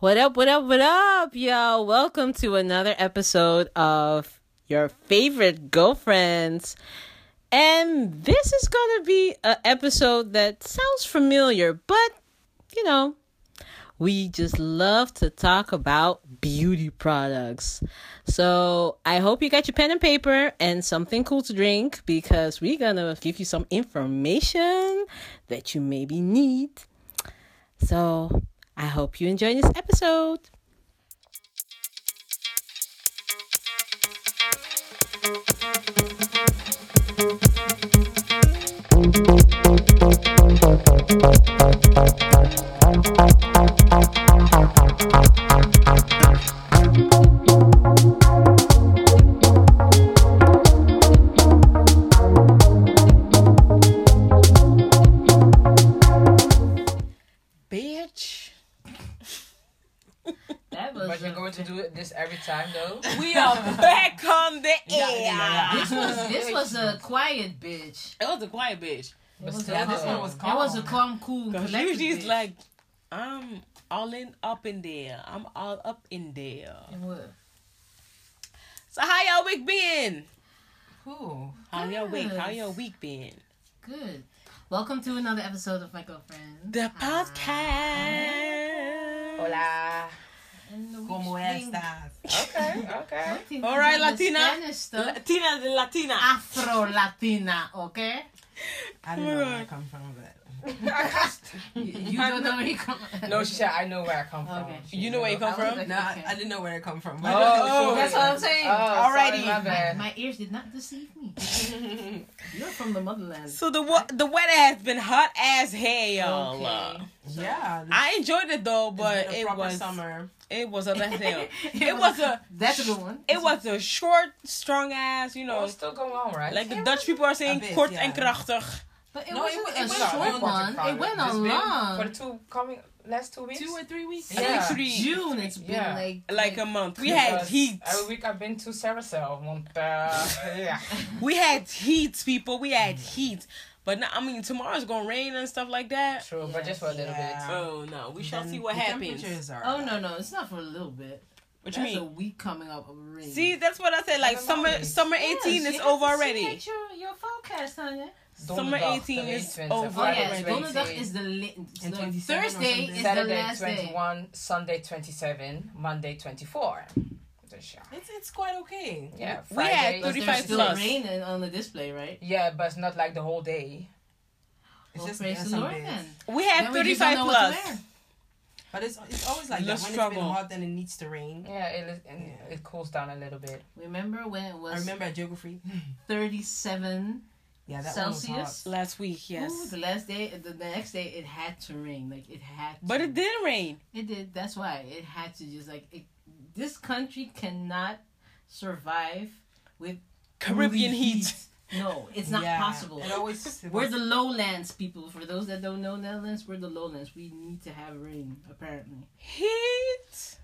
What up, what up, what up, y'all? Welcome to another episode of your favorite girlfriends. And this is going to be an episode that sounds familiar, but you know, we just love to talk about beauty products. So I hope you got your pen and paper and something cool to drink because we're gonna give you some information that you maybe need. So I hope you enjoy this episode. Bitch. That But was you're going to do this every time though? We are back on the air. this was this was a quiet bitch. It was a quiet bitch. It But was still, a- this one was That calm. was a calm, cool. Cause collected usually it's bitch. like, I'm all in up in there. I'm all up in there. It was. So how y'all week been? Ooh. How y'all week? How Good. your week been? Good. Welcome to another episode of Ah, My Girlfriend. The podcast. Hola. Como Okay, okay. All right, Latina. Spanish stuff. Latina de Latina. Afro Latina, okay? I don't know where I come from, but You, you don't know where you come no, she said I know where I come from. Okay. You know where you I come was from? like, no, okay. I, I didn't know where I come from. But Oh, That's what I'm Oh, saying. Alrighty. Alrighty. Sorry, my my, bad. my ears did not deceive me. You're from the motherland. So the wa- the weather has been hot as hell. Okay. yeah, this I enjoyed it though, has but been a it proper was summer. it was up as hell. It it was was- a That's a good one. it was a short, strong ass. You Oh, know, it's still going on, right? Like the Dutch people are saying, bit, kort yeah. en krachtig. But it No, wasn't it a went- it went on. short It went one. It went on long. For the two coming last two weeks. two or three weeks. I think Yeah. three, June. It's been Yeah. like like a month. We Because had heat. Every week I've been to Saracel. Want, uh, yeah. We had heat, people. We had heat. But no, I mean, tomorrow's gonna rain and stuff like that. True, but just for a little Yeah. Oh no, we shall Then see what the happens. Temperatures are. Oh no, no, it's not for a little bit. What you That's a mean? week coming up already. See, that's what I said. Like Never summer, mind. summer eighteen is over already. Your, your forecast, Tanya. bit. Summer Donderdag, 18 the is 28th, over. Oh Friday, yeah, Friday, Oh, Donald 28th. is the late. And the 27 or Thursday something. is the Saturday last day. 21, Sunday 27, Monday 24. This year. It's it's quite okay. Yeah, We had Friday, But 35 there's 35 still plus. raining on the display, right? Yeah, but it's not like the whole day. It's well, just praise yeah, the some Lord days. then. We had Then we just don't thirty-five know what to plus. wear. But it's it's always like Let's that. When it's struggle. been hot, then it needs to rain. Yeah, it is- and Yeah. it cools down a little bit. Remember when it was I remember at geography. 37? Yeah, that One was Celsius? Last week, Ooh, yes, the last day, the, the next day, it had to rain. Like it had. but to. it didn't rain. It did. That's why it had to just like it, this country cannot survive with Caribbean only heat. No, hot. it's not Yeah, possible. It always it We're was, the lowlands people. For those that don't know Netherlands, we're the lowlands. We need to have rain, apparently. Heat.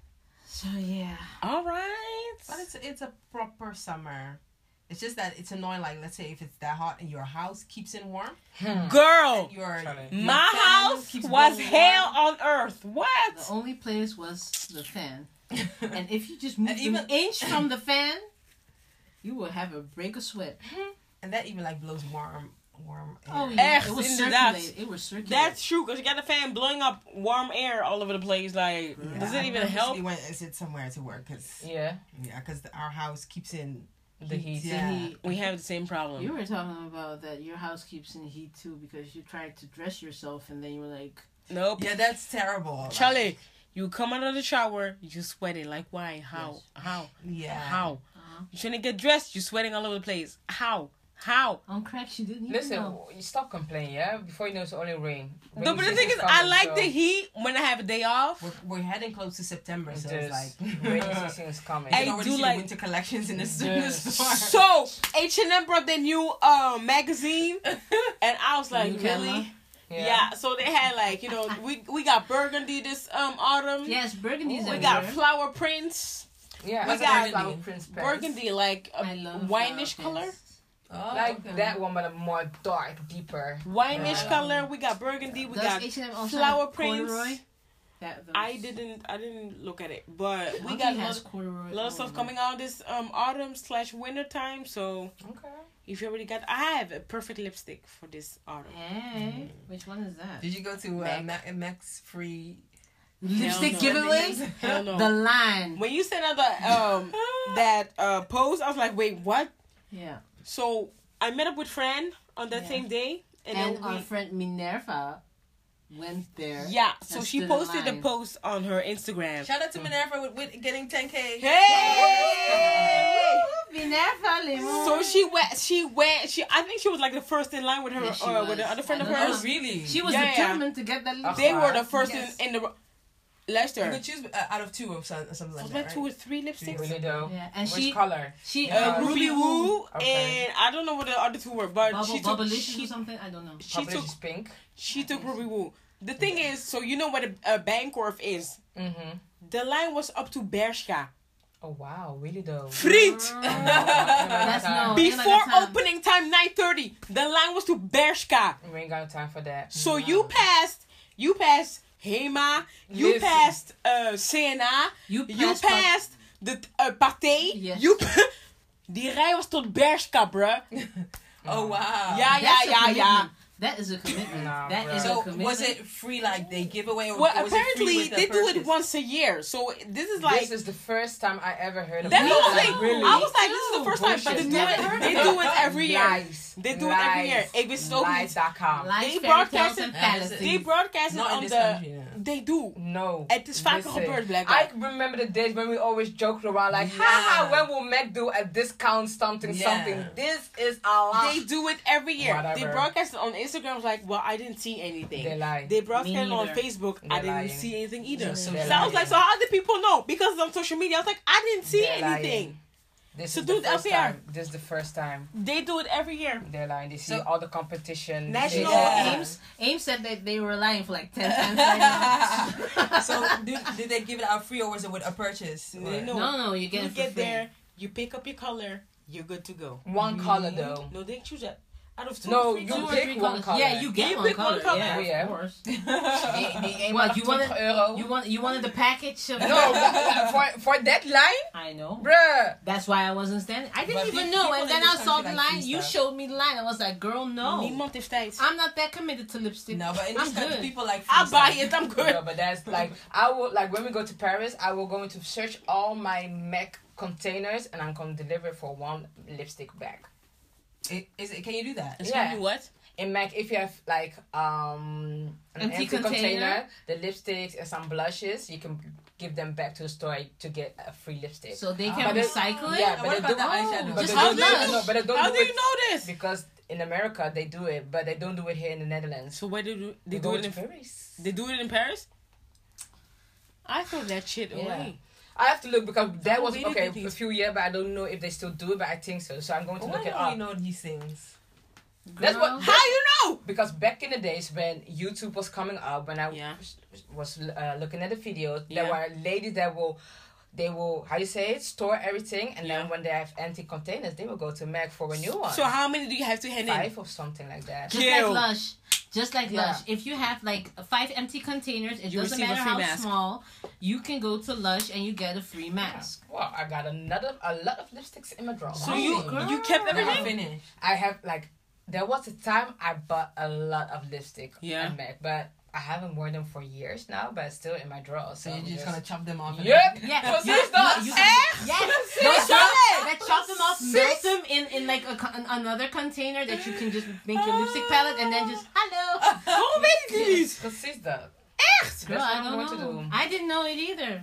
So yeah, All right. But it's it's a proper summer. It's just that it's annoying. Like let's say if it's that hot and your house keeps it warm, Hmm. Girl, and your Charlie. your Oh, my fan house keeps was blowing hell on earth. the What? only place was the fan, warm. and if you just move And even- an inch from the fan, you will have a break of sweat. and that even like blows warm warm. Air. Oh yeah, Echt, it was inderdaad. circulating. It was circulating. That's true, cause you got the fan blowing up warm air all over the place. Like, Yeah, does I it even purposely help? Went and sit somewhere to work because Yeah, yeah, because our house keeps in the heat. The Yeah. heat. We have the same You problem. Um, were talking about that your house keeps in heat too because you tried to dress yourself and then you were like, Nope. Yeah, that's terrible. Charlie, you come out of the shower, you sweating. Like, why? How? Yes. How? Yeah. How? uh You trying to get dressed? You sweating all over the place. How? How? on crack, she didn't even Listen, know. you stop complaining, yeah? Before you know it's only rain. rain No, but the thing is, I coming, like so the heat when I have a day off. We're, we're heading close to September, so it's Just like rain season is coming. I I already do see like- the winter collections in the, in the Yes. store. So H and M brought their new uh, magazine, and I was like, New really? camera? Yeah. So they had like you know we we got burgundy this um autumn. Yes, burgundy is We everywhere. got flower prints. Yeah, We I got like burgundy. Prince Prince. Burgundy, like a I love wineish flower color. pants. Oh, Like okay. that one, but more dark, deeper. Wineish Yeah. color. We got burgundy. We Does got H&M also flower have prints. corduroy? That those, I didn't. I didn't look at it, but we Auntie got a has lot, corduroy. lot all of stuff over. coming out this um autumn slash winter time. So Okay. if you already got, I have a perfect lipstick for this autumn. Hey, Eh, which one is that? Did you go to uh, Ma- Max Free? Lipstick no. giveaways? Hell no. The line. when you sent out the um that uh post, I was like, wait, what? Yeah. So I met up with Fran on that Yeah. same day, and, And, then we, our friend Minerva went there. yeah. So That's she the posted the line. post on her Instagram. Shout out to Minerva with, with getting 10k. Hey! Woo, Minerva Limon. So she went. She went. She. I think she was like the first in line with her Yeah, she or with was. another friend I of know. hers. Oh, really? She was Yeah, yeah. determined to get that lipstick. They were the first Yes. in, in the. You Lester. could choose uh, out of two or some- something like Was that. my right? two or three lipsticks? Really though. Yeah, and Which she- color? She Yeah. Uh, Uh, Ruby Woo Okay. and I don't know what the other two were, but Bubble she took Bubblicious or she, something. I don't know. she Probably took just pink. she took Ruby Woo. The thing is, so you know what a, a Bancorp is. Mm-hmm. The line was up to Bershka. Oh wow, really though. Frit That's no. ain't like before that time. opening time nine thirty. The line was to Bershka. We ain't got time for that. So you passed, you passed Hema, you Listen. passed uh CNA, You you passed. passed the uh, Pathé, Yes. you p- die rij was tot Bershka, bruh. Oh wow. Ja, ja, That's a ja, ja. commitment. That is a commitment. Nah, that is a So commitment. was it free like they give away? Or Well, was it free apparently with the they do it purchase? once a year, so this is like this is the first time I ever heard of that's that. what I was Like, like. really? I was like, this is the first time, but Bullshit. they do it. They do it every year. Lies. They do it every year. It was so Lies.com. Lies, They fairy broadcast tales, and it- Yeah, fantasies. they broadcast it Not in on this the. country, yeah. They do. No. Het is vaak Listen, gebeurd, blijkbaar. I remember the days when we always joked around like, Yeah. haha, when will Mac do a discount something Yeah. something? This is a lie. They do it every year. They Whatever. broadcast it on Instagram. It's like, well, I didn't see anything. They lie. They broadcast Me it on neither. Facebook. I They're didn't lying. see anything either. Just So social I was like, media. so how did people know? Because it's on social media. I was like, I didn't see They're lying. anything. This So is do it the first every year. time. This is the first time They do it every year. they're lying. They see So- all the competition. National Yeah. Ames, Ames said that they were lying for like 10 times. right now. so did, did they give it out free or was it with a purchase? Or- They know. no, no, you get you it for get free. there, you pick up your color, you're good to go. One color though. No, they choose that. Out of two, No, three you Two colors. or pick three one colors. color. Yeah, you get You one pick color. one color. Yeah, Yeah. of course. Die- die eenmaal What, you 20 wanted- euro. You want you wanted the package of no, for, for that line, I know. bruh. That's why I wasn't standing. I didn't But even pe- know. people And in then this I saw the country like line. these You stuff. showed me the line. I was like, girl, no. Niemand heeft tijd. I'm not that committed to lipstick. No, but in I'm this country, good. people like. free I'll buy stuff. it. I'm good. No, but that's like I will like when we go to Paris, I will go into search all my Mac containers and I'm gonna deliver for one lipstick bag. I- Is it? Can you do that? It's Yeah. gonna be what? In Mac, if you have like um an Empty empty, container. container. the lipsticks and some blushes, you can give them back to the store to get a free lipstick. so they Ah. can But it- recycle it? yeah, And but what they about do- the eyeshadow? but Just they how don't do it. much? No, but they don't How do, do you it know this? because in America they do it, but they don't do it here in the Netherlands. So where they do they They do go it to in Paris. They do it in Paris? I throw that shit Yeah. away. I have to look because that was where did okay they do a few years, but I don't know if they still do it. But I think so. So I'm going to Why look it don't up. we know these things? That's Girl. what How you know? because back in the days when YouTube was coming up, when I Yeah. was- was uh, looking at the videos, Yeah. there were ladies that will, they will how you say it, store everything, and Yeah. then when they have empty containers, they will go to Mac for a new one, So how many do you have to hand in? five or something like that. Just Kill. like Lush. Just like Yeah. Lush. If you have like five empty containers, it You doesn't receive a matter free how mask. small, you can go to Lush and you get a free mask. Well, I got another a lot of lipsticks in my drawer. So you Girl. you kept Never everything? finished. I have like there was a time I bought a lot of lipstick Yeah. at Mac, but I haven't worn them for years now, but it's still in my drawer. So, So you're I'm just gonna chop them off. and- Yep. Yeah. Cause You- it's not you- you- fair. Yes. See? Those Stop chop- it. that chop them off, See? melt them in, in like a, co- an- another container that you can just make your lipstick palette and then just hello. How many these? Cause she's the Girl, That's I what I want to don't know. do. I didn't know it either.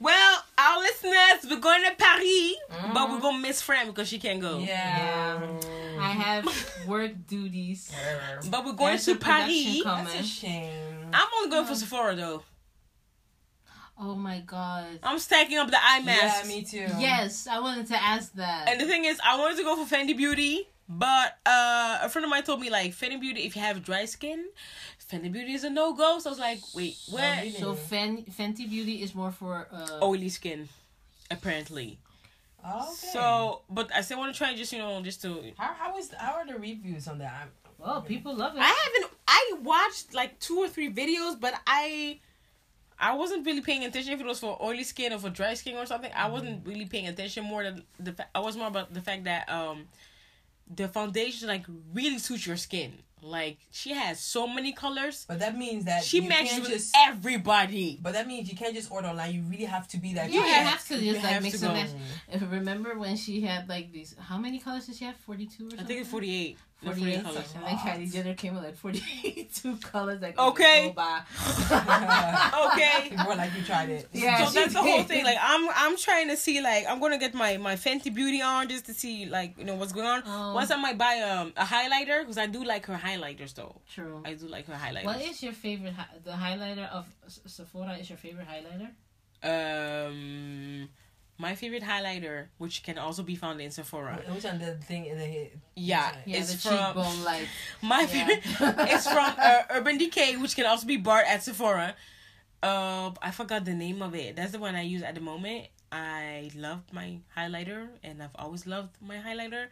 Well, our listeners, we're going to Paris, Mm-hmm. but we're gonna miss Fran because she can't go. Yeah. I have work duties. But we're going There's to a production Paris. That's a coming. shame. I'm only going for Sephora though. Oh my god. I'm stacking up the eye Yeah, masks. me too. Yes, I wanted to ask that. and the thing is, I wanted to go for Fendi Beauty, but uh, a friend of mine told me like Fendi Beauty, if you have dry skin, Fendi Beauty is a no go. So I was like, wait, where? really? so Fen- Fenty Beauty is more for uh, Oily skin, apparently. Okay. So, but I still want to try just you know just to. how how is how are the reviews on that? I'm, Oh, people love it. I haven't. I watched like two or three videos, but I, I wasn't really paying attention if it was for oily skin or for dry skin or something. I wasn't really paying attention. More than the fa- I was more about the fact that um, the foundation like really suits your skin. Like she has so many colors. But that means that She you matches can't with just. everybody. But that means you can't just order online. You really have to be that. Yeah, you person. have to You just like have mix to and go. match. If remember when she had like these, how many colors did she have? Forty two or something. I think it's forty eight. 48 colors. and then Kylie Jenner came with like 42 colors like Okay. go by. Okay. People are like you tried it. Yeah, so she that's the whole did. thing. Like I'm, I'm trying to see. Like I'm gonna get my my Fenty Beauty on just to see, like you know what's going on. Oh. Once I might buy um a highlighter because I do like her highlighters though. True. I do like her highlighters. What is your favorite hi- the highlighter of S- Sephora is your favorite highlighter? um my favorite highlighter, which can also be found in Sephora. Which one the thing in the head? Yeah, Yeah, it's the from cheekbone light. my Yeah. favorite. it's from uh, Urban Decay, which can also be bought at Sephora. Uh, I forgot the name of it. That's the one I use at the moment. I love my highlighter, and I've always loved my highlighter.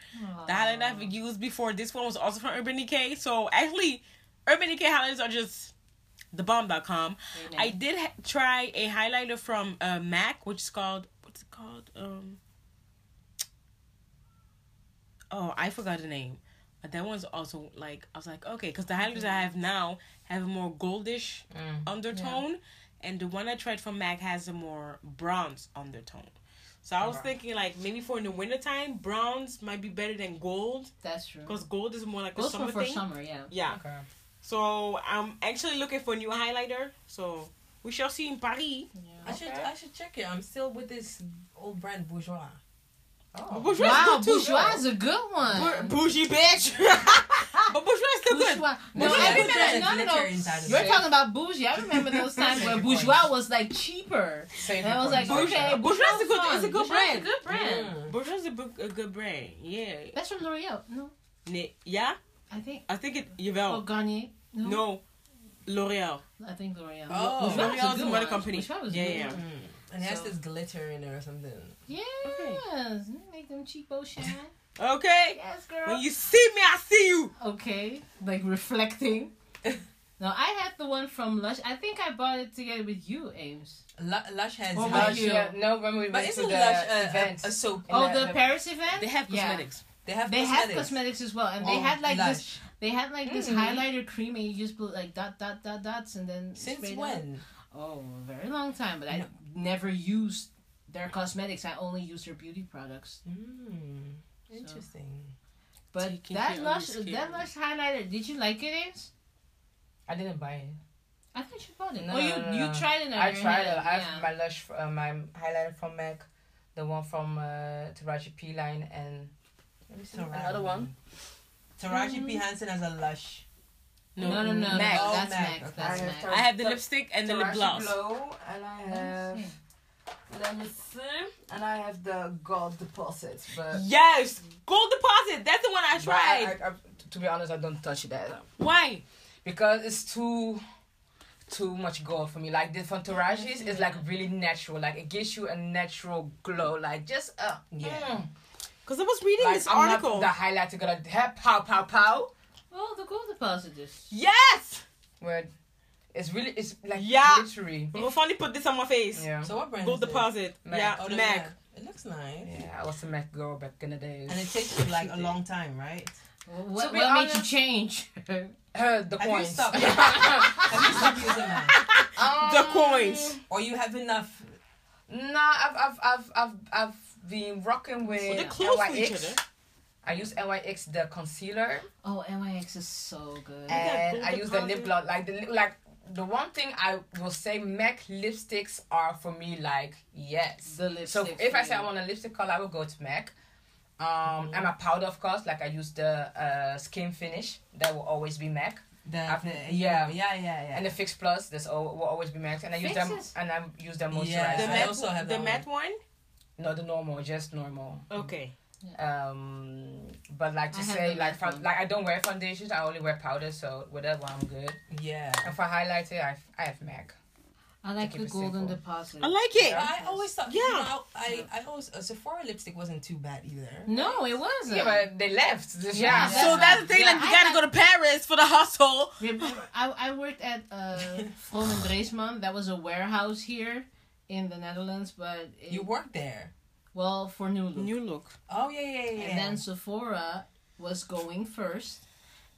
The highlighter I've used before this one was also from Urban Decay. So actually, Urban Decay highlighters are just thebomb.com. Oh, I did ha- try a highlighter from uh, MAC, which is called what's it called? Um, oh, I forgot the name. But that one's also like I was like okay, because the highlighters I have now have a more goldish Mm, undertone, and the one I tried from MAC has a more bronze undertone. So I was Alright. thinking like maybe for in the wintertime, bronze might be better than gold That's true. because gold is more like a Those summer were for thing. summer, yeah. Yeah. Okay. So I'm actually looking for a new highlighter. So we shall see in Paris. I should I should check it. I'm still with this old brand bourgeois. Oh. Bourgeois is Wow, good too. bourgeois is a good Bour- one. bougie bitch. but bourgeois is still good. Bourgeois. No, Bourgeois I is remember good. no, no, no. Literary inside of You're it. talking about bougie. I remember those times where bourgeois was like cheaper. Save And I your was like, points. okay, Bourgeois is a good- fun. it's a good Bourgeois is brand. Mm. good brand. Bourgeois is a, bu- a good brand. Yeah. That's from L'Oreal. No, Ne- yeah. I think. I think it. Oh, Yvel. Garnier. No, No. L'Oreal. I think L'Oreal. Bourjois Oh. was L'Oreal's good another one. company. Bourjois was Yeah, good yeah. one. Mm. And it has So- this glitter in it or something. Yes, make them cheekbones shine. Okay. Yes, girl. When you see me, I see you. Okay, like reflecting. no, I had the one from Lush. I think I bought it together with you, Ames. Lu- Lush has. Oh, Lush- Lush, you. yeah, no, when we but went to isn't the Lush a, event. a, a soap? And oh, that- the that- Paris event. They have Yeah. cosmetics. They have They cosmetics. have cosmetics as well, and they Oh, had like Lush. this. They had like this Mm. highlighter cream, and you just put like dot dot dot dots, and then Since spray it on. when? Oh, a very long time, but I never used their cosmetics. I only used their beauty products. Mm, interesting. But Taking care that of lush, your skin. that lush highlighter. Did you like it, Ames? I didn't buy it. I thought you bought it. No, oh, you no, no, you no. tried it. on I your tried hand, it. I yeah. have my Lush, uh, my highlighter from MAC, the one from uh, Taraji P line, and let me see, another one. Taraji Hmm. P Hansen has a Lush. no, no, no, Mac. no. Oh, That's Mac, Mac. okay. That's I Mac. have I have the lipstick and the lip Taraji gloss. Glow, and I have. Let me see. And I have the gold deposits, but. Yes. Gold deposit. That's the one I but I- tried. I- I- to be honest, I don't touch that Why? because it's too, too much gold for me. Like the from Taraji's is like really natural. Like it gives you a natural glow. Like just uh, Yeah. mm. Because I was reading Like, this I'm not article. the highlighter gonna have pow pow pow. Oh, the gold deposit is. Yes. Where it's really it's like Yeah. literary. But finally put this on my face. Yeah. So what brand? Gold is it? deposit. Mac. Yeah. Oh, the Mac. It looks nice. yeah, I was a Mac girl back in the days. And it takes you like a long time, right? What, To be what made you honest- change? Uh, the Have you coins. Um, stopped? Have you stopped using that? The coins. Or you have enough? Nah, I've I've I've I've I've been rocking with Well, they're close to each NYX. other. I use NYX the concealer oh, NYX is so good. got and gold I use the lip deposit. gloss. Like the lip- like the one thing I will say, Mac lipsticks are for me like yes. The lipstick. So if I say I want a lipstick color, I will go to MAC. Um, Mm-hmm. and my powder, of course, like I use the uh, skin finish, that will always be MAC. The, I've- the, yeah. yeah, yeah, yeah, yeah. And the Fix Plus, that's all will always be MAC. And I use Fixes? them, and I use them moisturizer. Yeah. The I matte, also have the that matte one. No, the normal, just normal. Okay. Um, but like to I have say, the matte like fo- one. like I don't wear foundations. I only wear powder, so with that one I'm good. yeah. And for highlighter, I have, I have MAC. I like Keep the it golden simple. deposit. I like it. I always thought. Yeah. Yeah. Mm-hmm. I, I always uh, Sephora lipstick wasn't too bad either. no, it wasn't. Yeah, but they left. Yeah. Yeah. So that's the thing. Yeah, like, we I gotta like- go to Paris for the hustle. Remember, I, I worked at uh, Vroom and Dreesman. That was a warehouse here in the Netherlands, but it, You worked there. well for New Look. look. Oh yeah, yeah, yeah. And then Sephora was going first,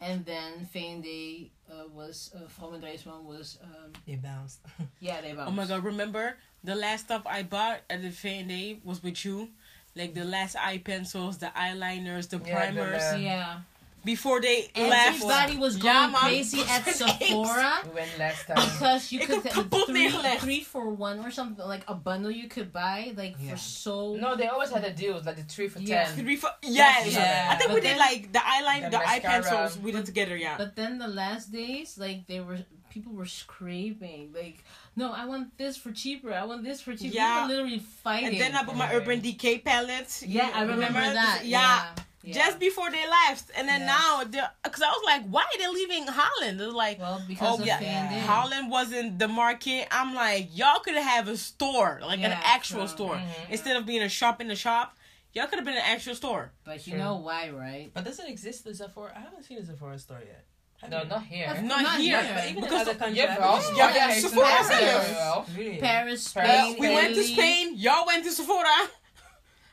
and then Veenday uh, was uh, Vroom and Dreesman was um, it bounced. yeah they bounced. Oh my god! Remember the last stuff I bought at the fan day was with you. Like the last eye pencils, the eyeliners, the Yeah, the- primers. the- Yeah, Before they left, everybody was going Yeah, man. crazy at Sephora. We went last time. because you It could, could th- kaboom three, their life. three for one or something like a bundle you could buy like Yeah. for so No, they always had a deal, like the three for Yeah. ten. three, four, yes. Yeah. I think But we then- did like the eyeliner, The the, eye mascara. pencils. We did together, yeah. but then the last days like they were people were screaming like no i want this for cheaper i want this for cheaper Yeah. yeah. we were literally fighting and then I bought my Urban Decay palette. yeah i remember, Remember? that Yeah. yeah, yeah. Just before they left, and then Yes. now they're because I was like, why are they leaving Holland? They're like, well because Oh, of yeah. Van Damme. Holland wasn't the market. I'm like, y'all could have a store, like an Yeah, actual true. store, Mhm. instead of being a shop in the shop. Y'all could have been an actual store. but you Sure. know why right But does it exist the Sephora? I haven't seen a Sephora store yet. Have No, you? not here. Not, Not here. here. But even Because in other the- countries, Yeah, I bro. haven't- Yeah, Yeah, yeah, it's Sephora nice has there, it. well. Really? paris spain Paris, Uh, we went to Italy. Spain. Y'all went to Sephora.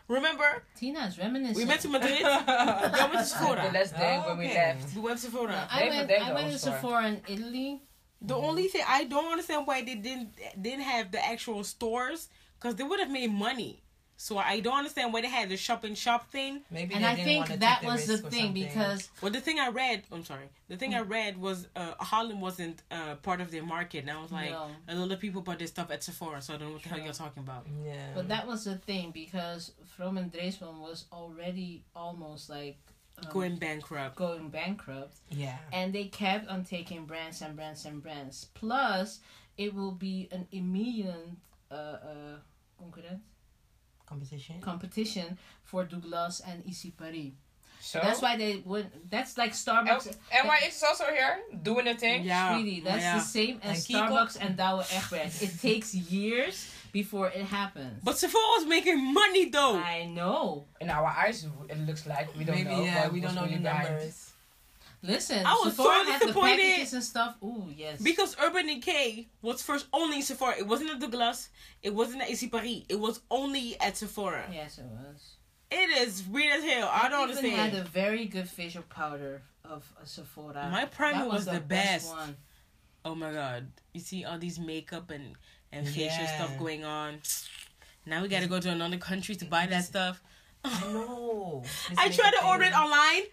Remember? tina's reminiscent We went to Madrid. y'all went to The Sephora. last day when we Okay. left. We went to Sephora. i They- went, they I went don't to store. sephora in italy The only thing I don't understand why they didn't didn't have the actual stores because they would have made money. So I don't understand why they had the shop in shop thing. Maybe and they i didn't think wanna that take was the risk or thing something. because Well, the thing I read, I'm sorry, the thing Mm. I read was uh, Holland wasn't uh, part of their market, and I was like, No. a lot of people bought their stuff at Sephora, so I don't know what the hell True. you're talking about. Oh, yeah, But Mm. that was the thing because From and Dreesman was already almost like um, Going bankrupt. going bankrupt, yeah, and they kept on taking brands and brands and brands. Plus, it will be an immediate uh, uh, concurrent competition. competition for Douglas and Issy Paris. Oh. So That's why they would. That's like Starbucks. and why is also here doing a thing. Yeah, Sweetie, that's yeah. the same as And Kiko. Starbucks and Douwe Egberts. It takes years before it happens. But Sephora was making money though. I know. In our eyes, it looks like we don't Maybe know. yeah, but we it don't was know really the behind. numbers. Listen, I was Sephora so had the disappointed. packages and stuff. Ooh, yes. Because Urban Decay was first only in Sephora. It wasn't at Douglas. It wasn't at Issy Paris. It was only at Sephora. yes, it was. It is weird as hell. I don't even had understand. a very good facial powder of uh, Sephora. My primer That was the best. Oh my god! You see all these makeup and and facial Yeah. stuff going on. Now we gotta go to another country to buy that stuff. I know. This I is tried the to order it thing. online.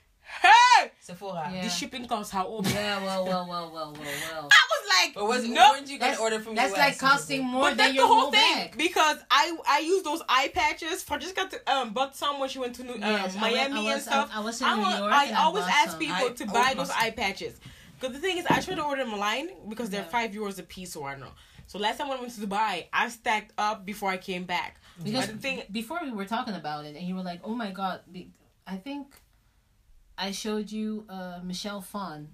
Hey, Sephora. Yeah. the shipping costs how old? I Yeah, well, well, well, well, well, well. was like, But was it? no. Weren't you gonna That's, order from? that's US like or something? costing more But than that's the your whole thing Um, bag. because I I used those eye patches for just got to um bought some when she went to New, um, Yes, I went- Miami I and was- I- stuff. I was in I, New wa- York I and I always bought ask some. people I- to I buy would those must- eye patches because the thing is I tried to order them online because they're Yeah. five euros a piece or I don't know. So last time when I went to Dubai, I stacked up before I came back. Because But the thing, before we were talking about it, and you were like, "Oh my god," be- I think I showed you uh, Michelle Phan,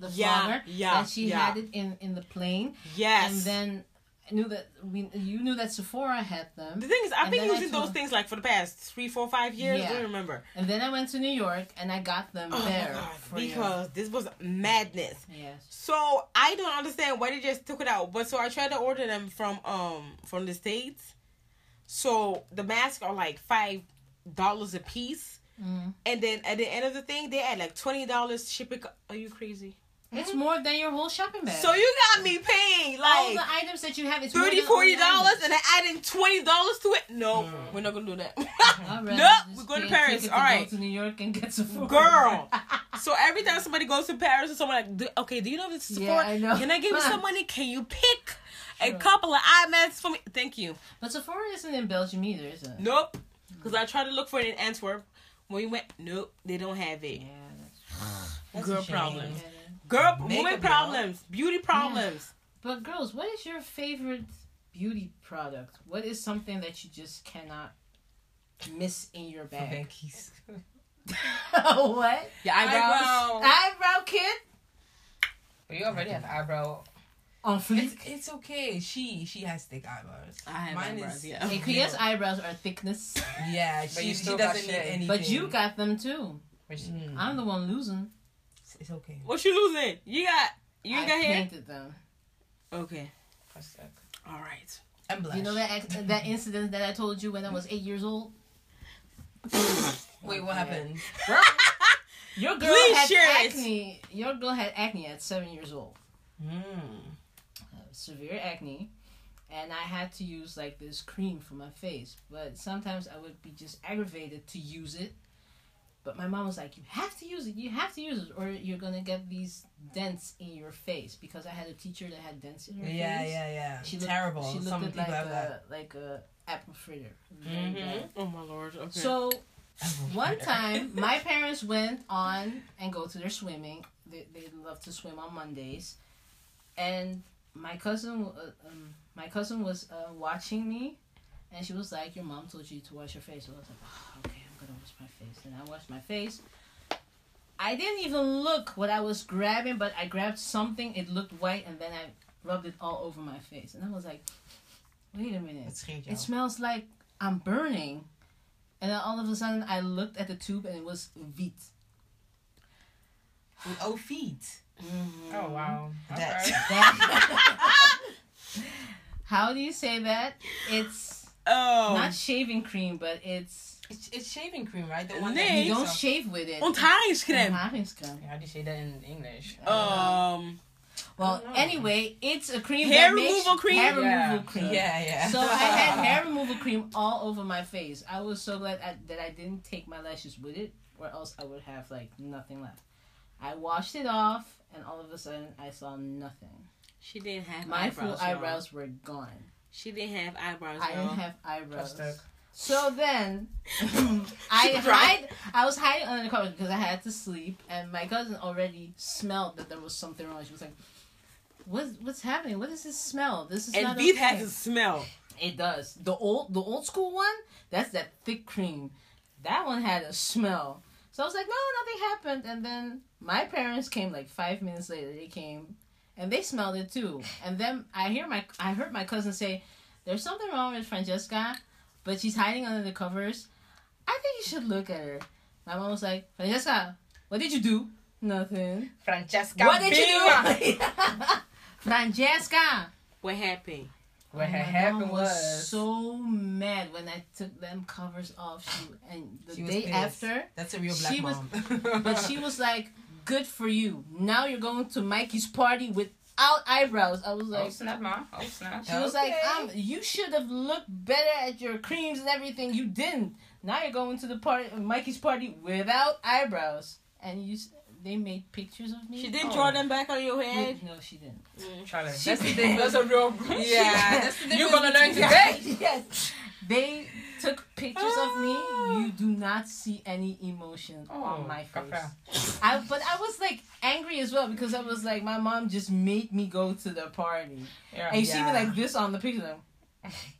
the Yeah, flower yeah, that she yeah. had it in in the plane, yes. and then I knew that we you knew that Sephora had them. the thing is, I've and been then I using those told- things like for the past three, four, five years. I Yeah. don't remember. And then I went to New York and I got them Oh my there. God, for you. because this was madness. Yes. So I don't understand why they just took it out. But so I tried to order them from um from the states. So the masks are like five dollars a piece, Mm. and then at the end of the thing they add like twenty dollars shipping. co- Are you crazy? It's more than your whole shopping bag. So you got me paying all like the items that you have is 30 thirty 40 dollars and then adding twenty dollars to it. No, we're not gonna do that. All right, Nope, just we're going to pay a Paris, ticket all to right. Go to New York and get Sephora. Girl. so every time somebody goes to Paris or someone like, "Do- okay, do you know this is Yeah, Sephora? I know. Can I give you some money? Can you pick a Sure. couple of eye masks for me? Thank you. but Sephora isn't in Belgium either, is it? Nope. Because I tried to look for it in Antwerp. When we went, nope, they don't have it. Yeah, that's That's a Girl shame. problems. yeah, yeah. Girl, Makeup, woman y'all. problems. Beauty problems. But girls, what is your favorite beauty product? What is something that you just cannot miss in your bag? Bankies. what? Your eyebrows. Eyebrow. Eyebrow kit? We already have eyebrow. on It's, fleek. it's okay. She she has thick eyebrows. I have Mine eyebrows, is- yeah. And Kriya's eyebrows are thickness, Yeah, you she, she still got doesn't need shade. anything. but you got them too. Mm. I'm the one losing. It's- It's okay. What you losing? You got you I ain't got hair? painted them. Okay. Hashtag. All right. I'm blush. You know that ex- that incident that I told you when I was eight years old. Wait, what happened? Your girl Please had share it. acne. Your girl had acne at seven years old. Mm. uh, severe acne and I had to use like this cream for my face. But sometimes I would be just aggravated to use it. But my mom was like, You have to use it, you have to use it, or you're gonna get these dents in your face because I had a teacher that had dents in her Yeah, face. yeah, yeah. She looked, Terrible. She looked Some at people like have that. a, like a apple fritter. Very Mhm. bad. Oh my lord. Okay. So Apple one fritter. time, my parents went on and go to their swimming. They, they love to swim on Mondays, and my cousin uh, um, my cousin was uh, watching me, and she was like, "Your mom told you to wash your face." So I was like, oh, "Okay, I'm gonna wash my face." And I washed my face. I didn't even look what I was grabbing, but I grabbed something. It looked white, and then I rubbed it all over my face, and I was like, "Wait a minute." Het scheelt jou. It smells like I'm burning. And then all of a sudden, I looked at the tube and it was wheat. With oh feet. Oh wow. That- Okay. That- How do you say that? It's oh. not shaving cream, but it's. It's, it's shaving cream, right? The one Nee. that You you don't don't. shave with it. Ontaringscreme. Ontaringscreme. How do you say that in English? Um. Well, anyway, it's a cream. Hair that makes- removal cream? Hair Yeah. removal cream. Yeah, yeah. So I had hair removal cream all over my face. I was so glad I, that I didn't take my lashes with it, or else I would have like nothing left. I washed it off, and all of a sudden I saw nothing. She didn't have My eyebrows. full eyebrows were gone. She didn't have eyebrows. I didn't y'all. have eyebrows. Hashtag. So then, I hide. I was hiding under the covers because I had to sleep, and my cousin already smelled that there was something wrong. She was like, "What's what's happening? What is this smell? This is not and beef okay." has a smell. It does. The old the old school one, that's that thick cream. That one had a smell. So I was like, no, nothing happened. And then my parents came like five minutes later. They came and they smelled it too. And then I hear my I heard my cousin say, There's something wrong with Francesca, but she's hiding under the covers. I think you should look at her. My mom was like, Francesca, what did you do? Nothing. Francesca. what did Bella. you do? Francesca! What happened? What My had mom happened was, was. so mad when I took them covers off. She, and the She was day pissed. after, That's a real black She was- mom. but she was like, "Good for you. Now you're going to Mikey's party without eyebrows." I was Oh like, snap, ma. Oh snap. she was like, Okay. um, "You should have looked better at your creams and everything. You didn't. Now you're going to the party, Mikey's party without eyebrows." And you, s- they made pictures of me. She didn't draw them back on your head. Wait, no, she didn't. Charlie. She- That's the thing. That's a real. Yeah, that's the You're gonna learn Yeah, today. yes. They took pictures of me. You do not see any emotion on Oh, my kafra. face. I, but I was like angry as well because I was like, my mom just made me go to the party. Yeah. And you see me Yeah. like this on the picture. like,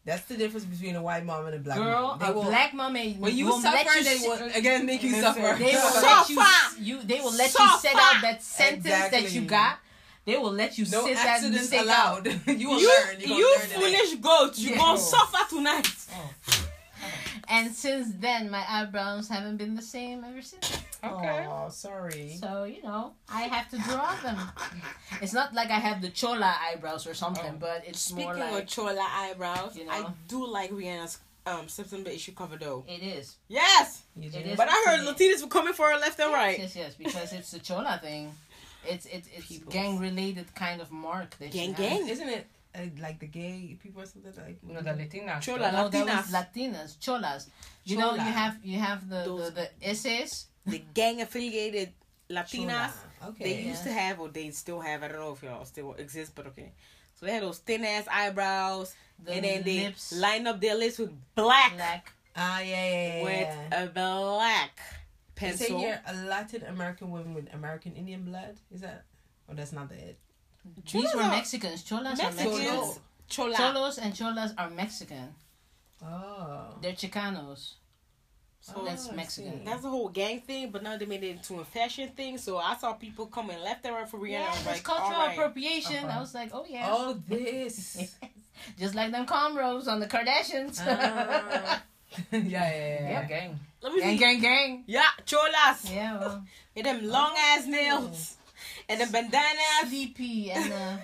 That's the difference between a white mom and a black Girl, mom. They a will- black mom made when you will suffer, let you they si- will again make you Listen. suffer. They will let you, s- Suffer. you they will let you set Suffer. out that sentence that Exactly. you got. They will let you no sit that accidents mistake out. allowed. you will You, learn. You, you learn today. foolish goat. You Yeah. gonna suffer tonight. And since then my eyebrows haven't been the same ever since. Okay. Oh, sorry. So you know, I have to draw them. It's not like I have the chola eyebrows or something, but it's more Speaking like of chola eyebrows, You I know? do like Rihanna's um September issue cover though. it is. Yes, You It do. is- but I heard Yeah. Latinas were coming for her left and right. Yes, yes, because it's the chola thing. It's it's it's Peoples. gang related kind of mark that she Gang, has. gang. Isn't it uh, like the gay people or something like? You know the Latina. Chola. No, that Latinas. was Latinas, cholas. You know, you Chola. have you have the Those- the, the essays. The gang affiliated Latinas. They Okay. used to have, or they still have. I don't know if y'all still exist, but okay. So they had those thin ass eyebrows, The and then they lips, line up their lips with black, black. Ah, yeah, yeah, yeah. with yeah. a black They say pencil. you're a Latin American woman with American Indian blood. Is that? Oh, that's not the it. These Cholas were are- Mexicans. Cholas are Mexicans. Mexicans. Chola. Cholos and cholas are Mexican. Oh. They're Chicanos. So that's Mexican. That's the whole gang thing, but now they made it into a fashion thing. So I saw people coming left and right for Rihanna. Yeah, I it's was like, cultural all right. appropriation. I Uh-huh. was like, oh yeah. Oh, this. Just like them cornrows on the Kardashians. Uh-huh. Ah. yeah, yeah, yeah. Yep. Gang. Let me gang, see. gang, gang. Yeah, cholas. Yeah, well, And them long ass nails. And the bandanas. DP and uh,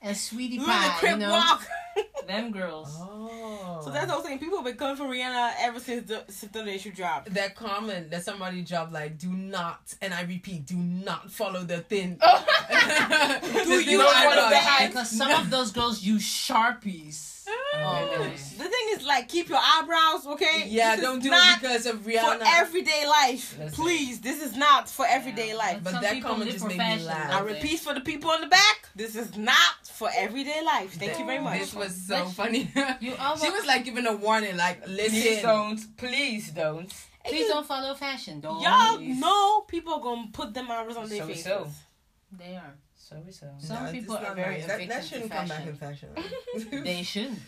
and Sweetie Doing the Pie, you crip know, walk. them girls. Oh. so that's what I'm saying. People have been coming for Rihanna ever since the since the issue dropped. that comment that somebody dropped like do not and I repeat do not follow the thin Oh. Oh. Do you know follow follow the hype? Because some of those girls use sharpies. Oh. The thing is, like, keep your eyebrows, okay? yeah This is don't do it not because of for Rihanna everyday life. Listen. Please, this is not for everyday life. But some that people comment live just for made me fashion, laugh. I don't they? repeat for the people on the back, this is not for everyday life. Thank you very much. this was so But she- funny You she almost, was like giving a warning like Please listen don't. Please don't. please don't follow fashion. Don't. Y'all know people gonna put them eyebrows on their So, faces. so. They are. So we so. Some it's people just are not very nice. that, addicted that to shouldn't come back in fashion They shouldn't.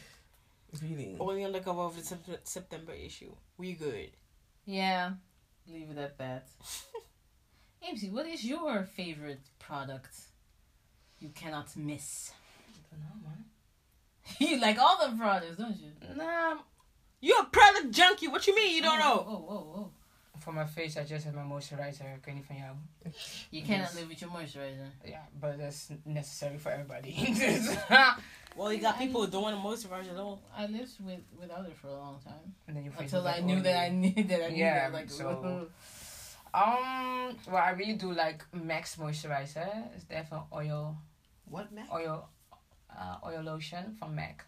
really Only on the cover of the Sep- September issue. We good. Yeah. Leave it at that. Amesy, what is your favorite product you cannot miss? you like all the products, don't you? Nah, You a product junkie? What you mean you don't know? Oh, oh, oh. for my face, I just have my moisturizer. Can you find out? You cannot live with your moisturizer. Yeah, but that's necessary for everybody. Well, you got people who don't want to moisturize at all. I lived with without it for a long time and then your face until is like I knew that I oily. needed that I needed Yeah, like so- Um, well, I really do like Max moisturizer. It's there for oil, what Mac oil, uh, oil lotion from Mac.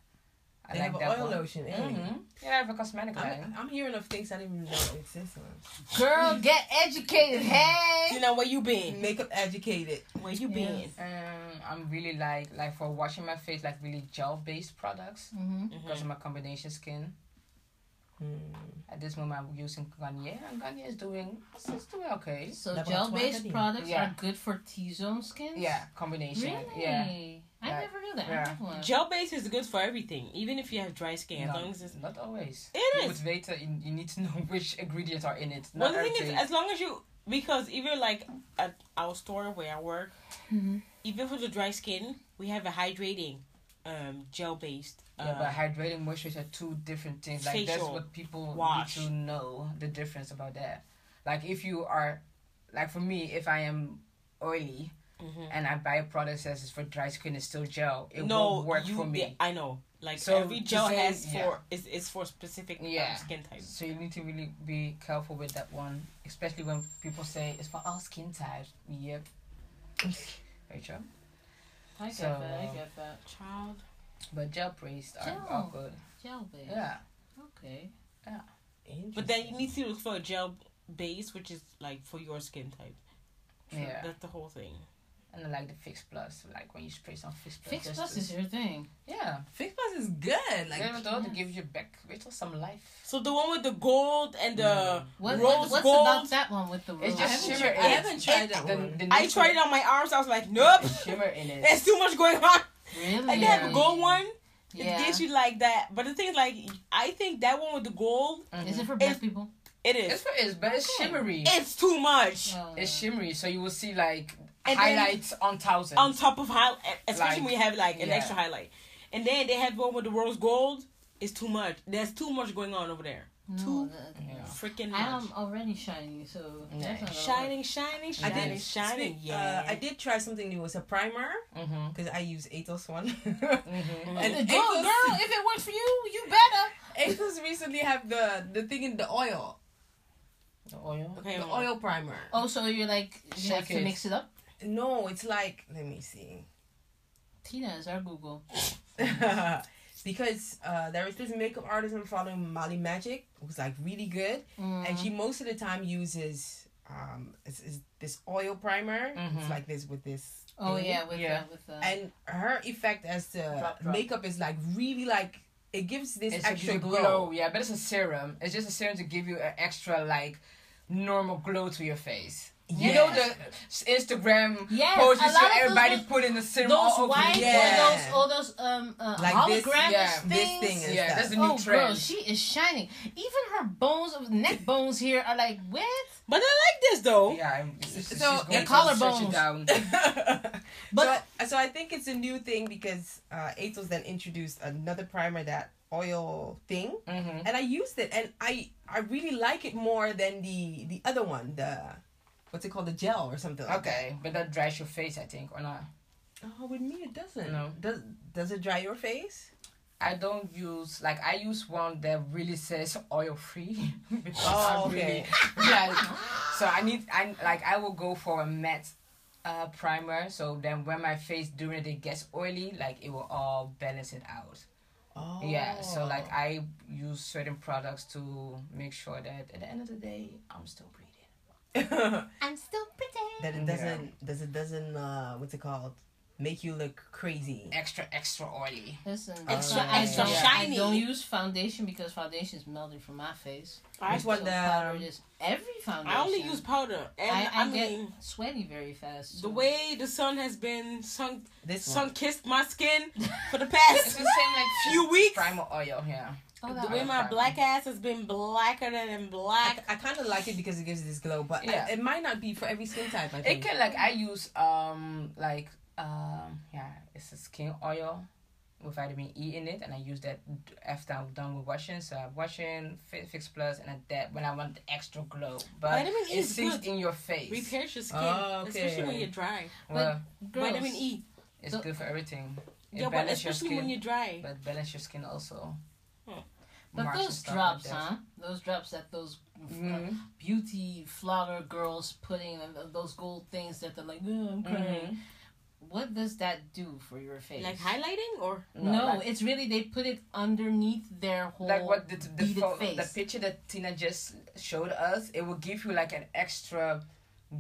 I they like have that an oil one. lotion eh? hmm Yeah, I have a cosmetic I'm, line. I'm hearing of things I didn't even know exist girl, get educated. You Hey, know where you been? makeup educated Where you Yeah. been? Um, I'm really like like for washing my face, like really gel based products mm-hmm. because of my combination skin. Hmm. At this moment, I'm using Garnier, and Garnier is doing it's doing okay. so Double gel-based twenty. products Yeah. are good for T-zone skins. Yeah, combination. really. Yeah. I Yeah. never knew that. I Yeah. have one. Gel base is good for everything, even if you have dry skin. As No, long as it's not always. It you is. Would wait, uh, you, you need to know which ingredients are in it. well, Not the thing is, everything. as long as you because even like at our store where I work, Mhm. even for the dry skin, we have a hydrating, um, gel based. um, Yeah, Uh. but hydrating moisturizer are two different things. Like that's Facial what people wash. need to know the difference about that. Like if you are, like for me, if I am oily Mm-hmm. and I buy a product that says for dry skin, it's still gel. It won't work you- for me. I know. Like So, every gel the same- has for yeah. is is for specific um, Yeah. skin types. So you need to really be careful with that one, especially when people say it's for all skin types. Yep. Rachel. I get So, that. I uh, get that. Child. But gel braids are, are Gel. good. Gel-based. Yeah. Okay. But then you need to look for a gel base, which is like for your skin type. So Yeah. That's the whole thing. And I like the Fix Plus, like when you spray some Fix Plus. Fix just Plus to- is your thing. Yeah. Fix Plus is good Like, like yeah, to yeah. give you back, Rachel, some life. So the one with the gold and the What, rose what, what's gold. about that one with the rose? It's I just haven't shimmer. tried- in I it. haven't tried that The- one. the I neutral- tried it on my arms. I was like, nope. the shimmer in it. There's too much going on. really? And they have a gold one. It Yeah. gives you like that. But the thing is, like, I think that one with the gold, Mhm. Is it for black It's- people? it It's is. for it's, but it's shimmery. It's too much. Oh, It's shimmery, so you will see like then- highlights on thousand. on top of high, especially Like, when you have like an yeah. extra highlight. And then they have one with the rose gold. It's too much. There's too much going on over there. no, Too that, Yeah. freaking much. I'm already shiny, so Yeah. that's not gonna shining, shining, I shining, did shining. speak- yeah. uh, I did try something new. It was a primer Mm-hmm. because I use Atos one. Mm-hmm. work. and Go, girl, Atos, if it works for you, you better. Atos recently have the the thing in the oil, The oil. okay, the well, oil primer. Oh, so you're like you have Shake to it. mix it up. No, it's like let me see. Tina is our Google. because uh, there was this makeup artist I'm following, Molly Magic, who's like really good, and she most of the time uses um is, is this oil primer. Mhm. It's like this with this. Oh thing. yeah, with Yeah. the with uh, the. and her effect as the Drop, drop. makeup is like really like it gives this It's extra a glow. Yeah, but it's a serum. It's just a serum to give you an extra like normal glow to your face. You know the s- Instagram Yes, posts a you see lot of those everybody with putting the serum Those all over. white, you. Yeah. all those, all those um, uh, Like this- holographic yeah, this things. thing is- yeah, that's the new Oh girl, trend. she is shining. Even her bones, neck bones here are like what? But I like this though. yeah, I'm, she's, she's So, going to the search collarbones. it down. But- But so, so I think it's a new thing because uh, Atos then introduced another primer that oil thing, Mhm. and I used it, and I I really like it more than the the other one, the what's it called, the gel or something. Like Okay, but that dries your face, I think, or not. that. Oh, with me it doesn't. No. Does does it dry your face? I don't use like I use one that really says oil free. because Oh, I'm okay. Really, like, so I need I like I will go for a matte uh, primer. So then when my face during it gets oily, like it will all balance it out. Oh. Yeah. So like I use certain products to make sure that at the end of the day I'm still breathing. that I'm still pretty. it doesn't does it doesn't uh what's it called make you look crazy. Extra extra oily. Listen, Extra, I extra don't- shiny. I don't use foundation because foundation is melting from my face. Which one So powder the is every foundation. I only use powder, and I, I, I, mean get sweaty very fast. so- the way the sun has been sunk this sun one? kissed my skin for the It's past the same like few weeks. primer oil. Yeah. Oh, the that- way my black ass has been blacker than I, black. I kind of like it because it gives this glow, but I- Yeah. it might not be for every skin type. I It think. can like I use um like um yeah it's a skin oil with vitamin E in it and I use that d- after I'm done with washing so I'm washing Fi- Fix Plus and I that when I want the extra glow but Vitamin E it is sinks good. in your face Repairs your skin, Oh, especially when okay. you're dry. well Girls, Vitamin E. it's good for everything it Yeah, but balance your especially skin when you're dry. but balance your skin also Hmm. But Marks and those stuff like drops, that. huh? Those drops that those uh, Mhm. beauty flogger girls putting and those gold things that they're like, "Oh, I'm crying. Mhm. What does that do for your face? Like highlighting or No, like- it's really they put it underneath their whole like what the the, beaded pho- face. the picture that Tina just showed us, it will give you like an extra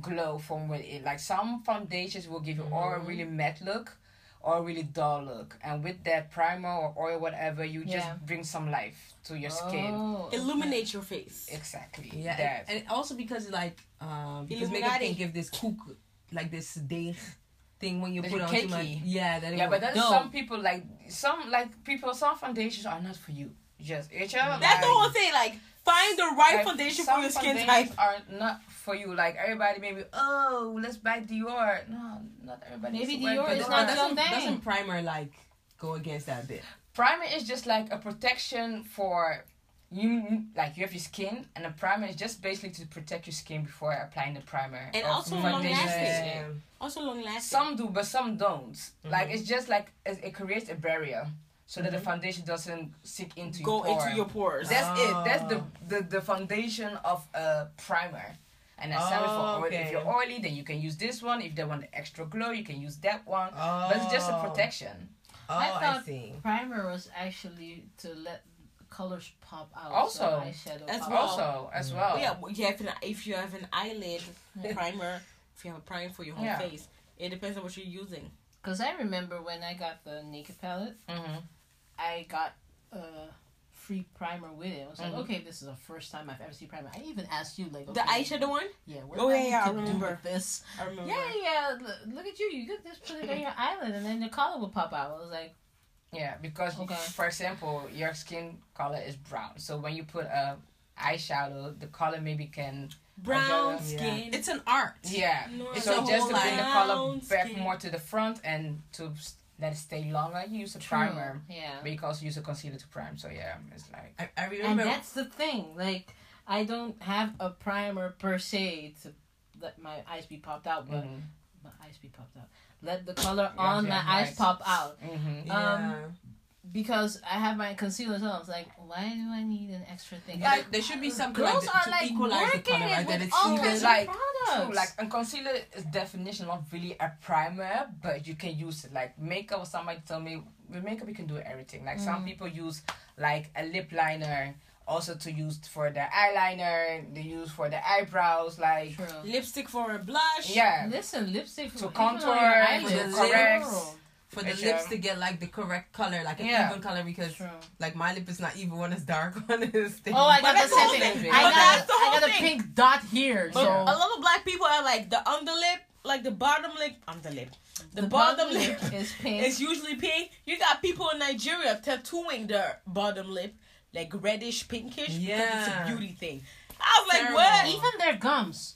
glow from within. Like some foundations will give you or a Mm-hmm. really matte look or a really dull look, and with that primer or oil, whatever, you Yeah. just bring some life to your skin. Oh, illuminate your face. Exactly. Yeah, that. and, and also because like um, because makeup Illuminati. can give this cook like this day thing when you Like put on too much. cakey. Yeah, that it yeah, will- but that's No. some people like some like people. Some foundations are not for you. Just it's just That's the like- whole thing. Like find the right Like, foundation for some your skin type. foundations are not for you. Like everybody, maybe oh, let's buy Dior. No, not everybody. Maybe is wearing Dior but is that- not but your doesn't, thing. doesn't primer like go against that bit? Primer is just like a protection for you. Like you have your skin, and a primer is just basically to protect your skin before applying the primer. And or also long foundation. lasting. Yeah. Also long lasting. Some do, but some don't. Mm-hmm. Like it's just like it, it creates a barrier so that the foundation doesn't sink into your go pore. into your pores. That's it. That's the, Oh. the the foundation of a primer. And that's seven Oh, for oil. okay. If you're oily, then you can use this one. If they want the extra glow, you can use that one. Oh, But it's just a protection. Oh, I I, thought- see. primer was actually to let colors pop out. Also, so eyeshadow as pop well. out. Also, as well. Oh, yeah, well, you have an, if you have an eyelid primer, if you have a primer for your whole Yeah. face, it depends on what you're using. Because I remember when I got the Naked palette, hmm I got uh, free primer with it. I was like, Mhm. okay, this is the first time I've ever seen primer. I even asked you, like, Mm-hmm. The okay, eyeshadow one, Yeah, what Oh, do I yeah, need yeah, I to do remember. with this? I remember. Yeah, yeah, l- look at you. You could just put it on your eyelid and then the color will pop out. I was like, Yeah, because Okay. for example, your skin color is brown. So when you put a eyeshadow, the color maybe can Brown Okay. Yeah. skin. It's an art. yeah. No, It's so a just whole to bring the line. color back Skin. more to the front and to s- let it stay longer, you use a true. primer. Yeah. But you can also use a concealer to prime. So yeah, it's like. I, I And remember. that's the thing. Like, I don't have a primer per se to let my eyes be popped out, but mhm, Mm-hmm. my eyes be popped out. Let the color Yeah, on yeah, my eyes nice. pop out. mhm. yeah. um, because I have my concealer as well. I was like, why do I need an extra thing? And Like, there- there should be something girls like that are to like equalize the working color, it right? That with it's all even. kinds of like, products. True, like and concealer is definition not really a primer, but you can use it like makeup. Or somebody tell me with makeup you can do everything. Like some people use like a lip liner, also to use for their eyeliner. They use for their eyebrows, like True. Lipstick for a blush. yeah. Listen, lipstick To even on your contour, to eyelids. correct. Girl, for the It's lips true. to get like the correct color, like an Yeah. even color, because True. like my lip is not even one is dark, one is thin. Oh, I But got the that's the same whole thing. thing. I But that's got, the I whole got a thing. pink dot here. But So a lot of black people are like the underlip, like the bottom lip, underlip, the, bottom lip. is pink. It's usually pink. You got people in Nigeria tattooing their bottom lip like reddish pinkish Yeah. because it's a beauty thing. I was Terrible. like, what? even their gums.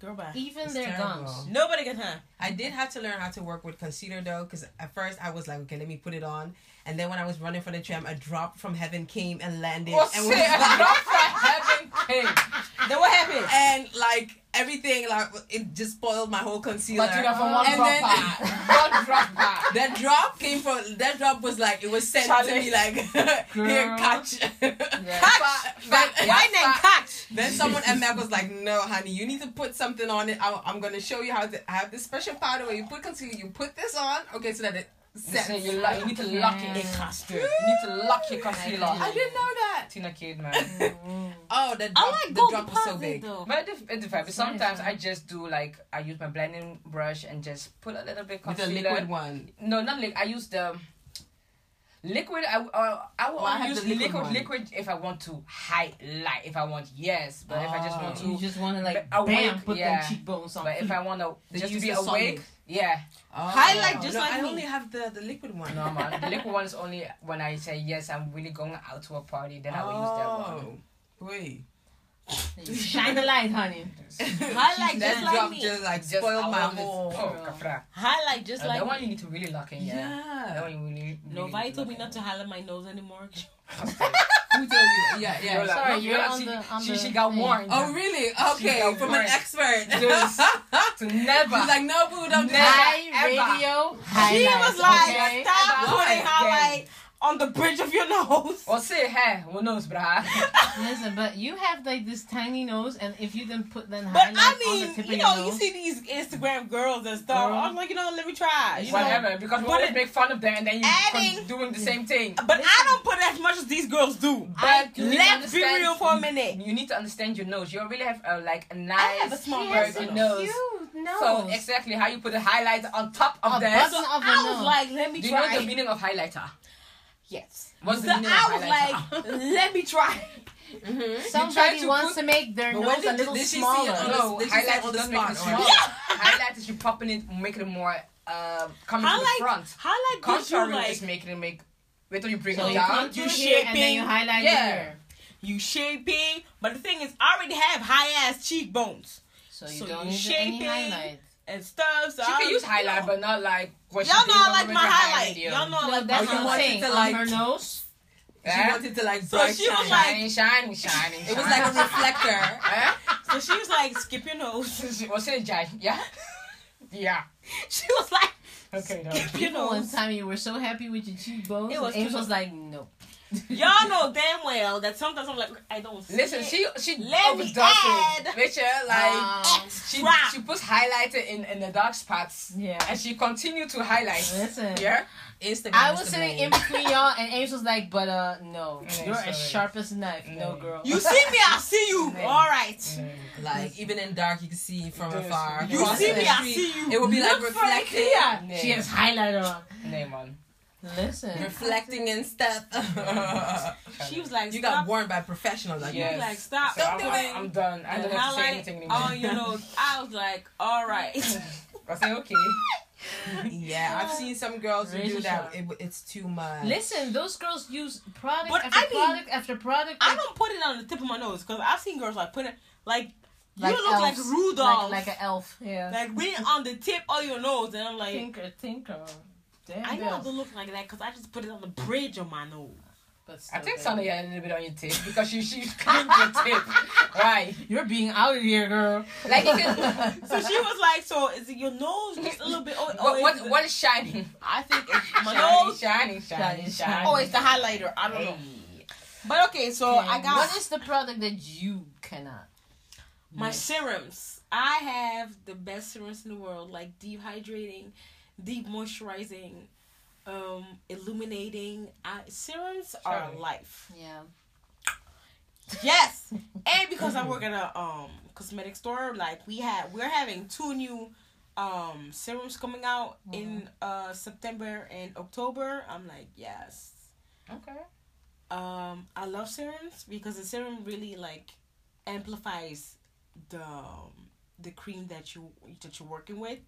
Girl, bye. Even It's their terrible. gums. Nobody can huh? I did have to learn how to work with concealer though, because at first I was like, okay, let me put it on, and then when I was running for the tram, a drop from heaven came and landed, Oh, and shit, was I like, love for heaven cake. Then what happened? and like everything, like it just spoiled my whole concealer. But you got from one And drop then- pot. One drop pot. That drop came from that drop was like it was sent to Charlie. me like here Girl. catch. Fat, fat, But- yeah, fat. catch? Then someone at Mac was like, "No, honey, you need to put something on it. I, I'm gonna show you how to I have this special powder where you put concealer. You put this on, okay, so that it sets." Listen, you, lo- you need to lock it. It costs You need to lock your concealer. I didn't know that. Tina Kidman. Mm. Oh, that drop, I like the gold drop was so big. though. But it, def- it depends. It's very Sometimes fun. I just do like I use my blending brush and just put a little bit With the concealer. liquid one. No, not liquid. I use the liquid. I uh, I will Oh, I only have use the liquid liquid one. liquid, if I want to highlight. If I want yes, but if I just want You to, just want to like Oh. But awake, bam, put yeah. them cheekbones on. but if I want to They just to Ah. use be the solid. awake, yeah. Oh. Highlight just no, like I me. only have the, the liquid one. No man, the liquid one is only when I say yes, I'm really going out to a party. Then I will use that one. Oh, wait. Shine the light, honey. Highlight That just like drop me. just like Just I spoiled my want it- whole. Oh, kafra. Highlight just Uh, like that one you me. need to really lock in. Yeah. That Yeah. one you really. really need Novi told me lock not to highlight my nose anymore. in. Who told you? Yeah, yeah. You're like, Sorry, no, you're no, on she, the- on she, the she got thing. warned Oh really? Okay, got from an burnt. expert. Yes. to never. She's like, no, boo, don't do that. High Ever. radio. She highlights, was like, okay? stop Ever. putting Again. highlight on the bridge of your nose. or say, hey, who knows, brah? Listen, but you have like this tiny nose, and if you then put then But highlight I on the tip mean, you of your know, you nose, see these Instagram girls and stuff. Girl. I'm like, you know, let me try. You know? Whatever, because we But always it- make fun of them and then you Adding- con- doing the same thing. But I don't put as much as these girls do. I But you need to Let's be understand- real for a minute. You need to understand your nose. You already have a, like a nice, have a small she Yes, has curvy a personal. nose. cute nose. So exactly how you put the highlights on top of A that. So button of a I was nose. like, let me Do you try. know the meaning of highlighter? yes. What's So the meaning of I highlighter? was like, let me try. Mm-hmm. Somebody to wants put- to make their But when nose a did- little did she see it smaller. on no, Did she say highlighter on the doesn't make it spot or- smaller. highlight is you popping it, making it more uh, coming Highlight- to the front. Highlight gives you Contouring is like making it make. Wait till you break So it you down. come through You here and then you shaping. highlight Yeah. it here. you shaping. But the thing is, I already have high ass cheekbones So you So don't you need shaping. any highlight. and stuff. So She I can was- use highlight, but not like what Y'all she know did I when like we my were highlighting highlight. you. Y'all know I No, like that's you my what I'm want it highlight. saying. to, On like- her nose. She Eh? wanted to like So bright she was shine. like- Shining, shining, shining. it was like a reflector. Eh? So she was like, skip your nose. Was it a giant? Yeah. Yeah. She was like, Okay. No. skip your Even one nose. time you were so happy with your cheekbones, It and was Ames too was like, no. Y'all know damn well that sometimes I'm like, I don't see Listen, it. she she Let me overdoes add. Uh, it. Rachel, like Um, she Extra. she puts highlighter in in the dark spots, yeah. and she continued to highlight. Listen. Yeah. Instagram. I is was to sitting in blame. between y'all, and Ames was like, but uh, no. Yeah, You're sorry. as sharp as a knife. Yeah. No, girl. You see me, I see you. Yeah. All right. Like even in dark, you can see from Yes. afar. You Across see the me, I street, see you. It will be like Look for it reflecting, here. Yeah. She has highlighter on. Name on. Listen. reflecting and stuff. She was like, you stop. got warned by professionals. Like, She was Yes. like, stop. So I'm, do I'm, it. I'm done. I And don't have to say highlight anything anymore. on your nose. I was like, all right. I say okay. yeah, I've seen some girls who do Razor that. sharp. It, it's too much. Listen, those girls use product But after I mean, product after product. I don't put it on the tip of my nose because I've seen girls like put it like, Like you look like elves. Rudolph, Like, like an elf. Yeah. like really on the tip of your nose, and I'm like, Tinker, tinker. Damn I know I girls. don't look like that because I just put it on the bridge of my nose. But still I think good. Sonia had a little bit on your tip because you she cleaned your tip. Why? You're being out of here, girl. Like you can. So she was like, so is it your nose just a little bit? Oh, What, oh, what, is it- what is shining? I think it's my Shining, nose. shining, shining, Shining, shining. Oh, it's the highlighter. I don't know. But okay, so I got What is Mm. the product that you cannot? my serums. I have the best serums in the world, like deep hydrating, deep moisturizing, um, illuminating. I, serums are Sure. life. Yeah. Yes, and because I work at a um cosmetic store, like we had, we're having two new um serums coming out in Mm. uh September and October. I'm like, yes. Okay. Um I love serums because the serum really like amplifies the um, the cream that you that you're working with.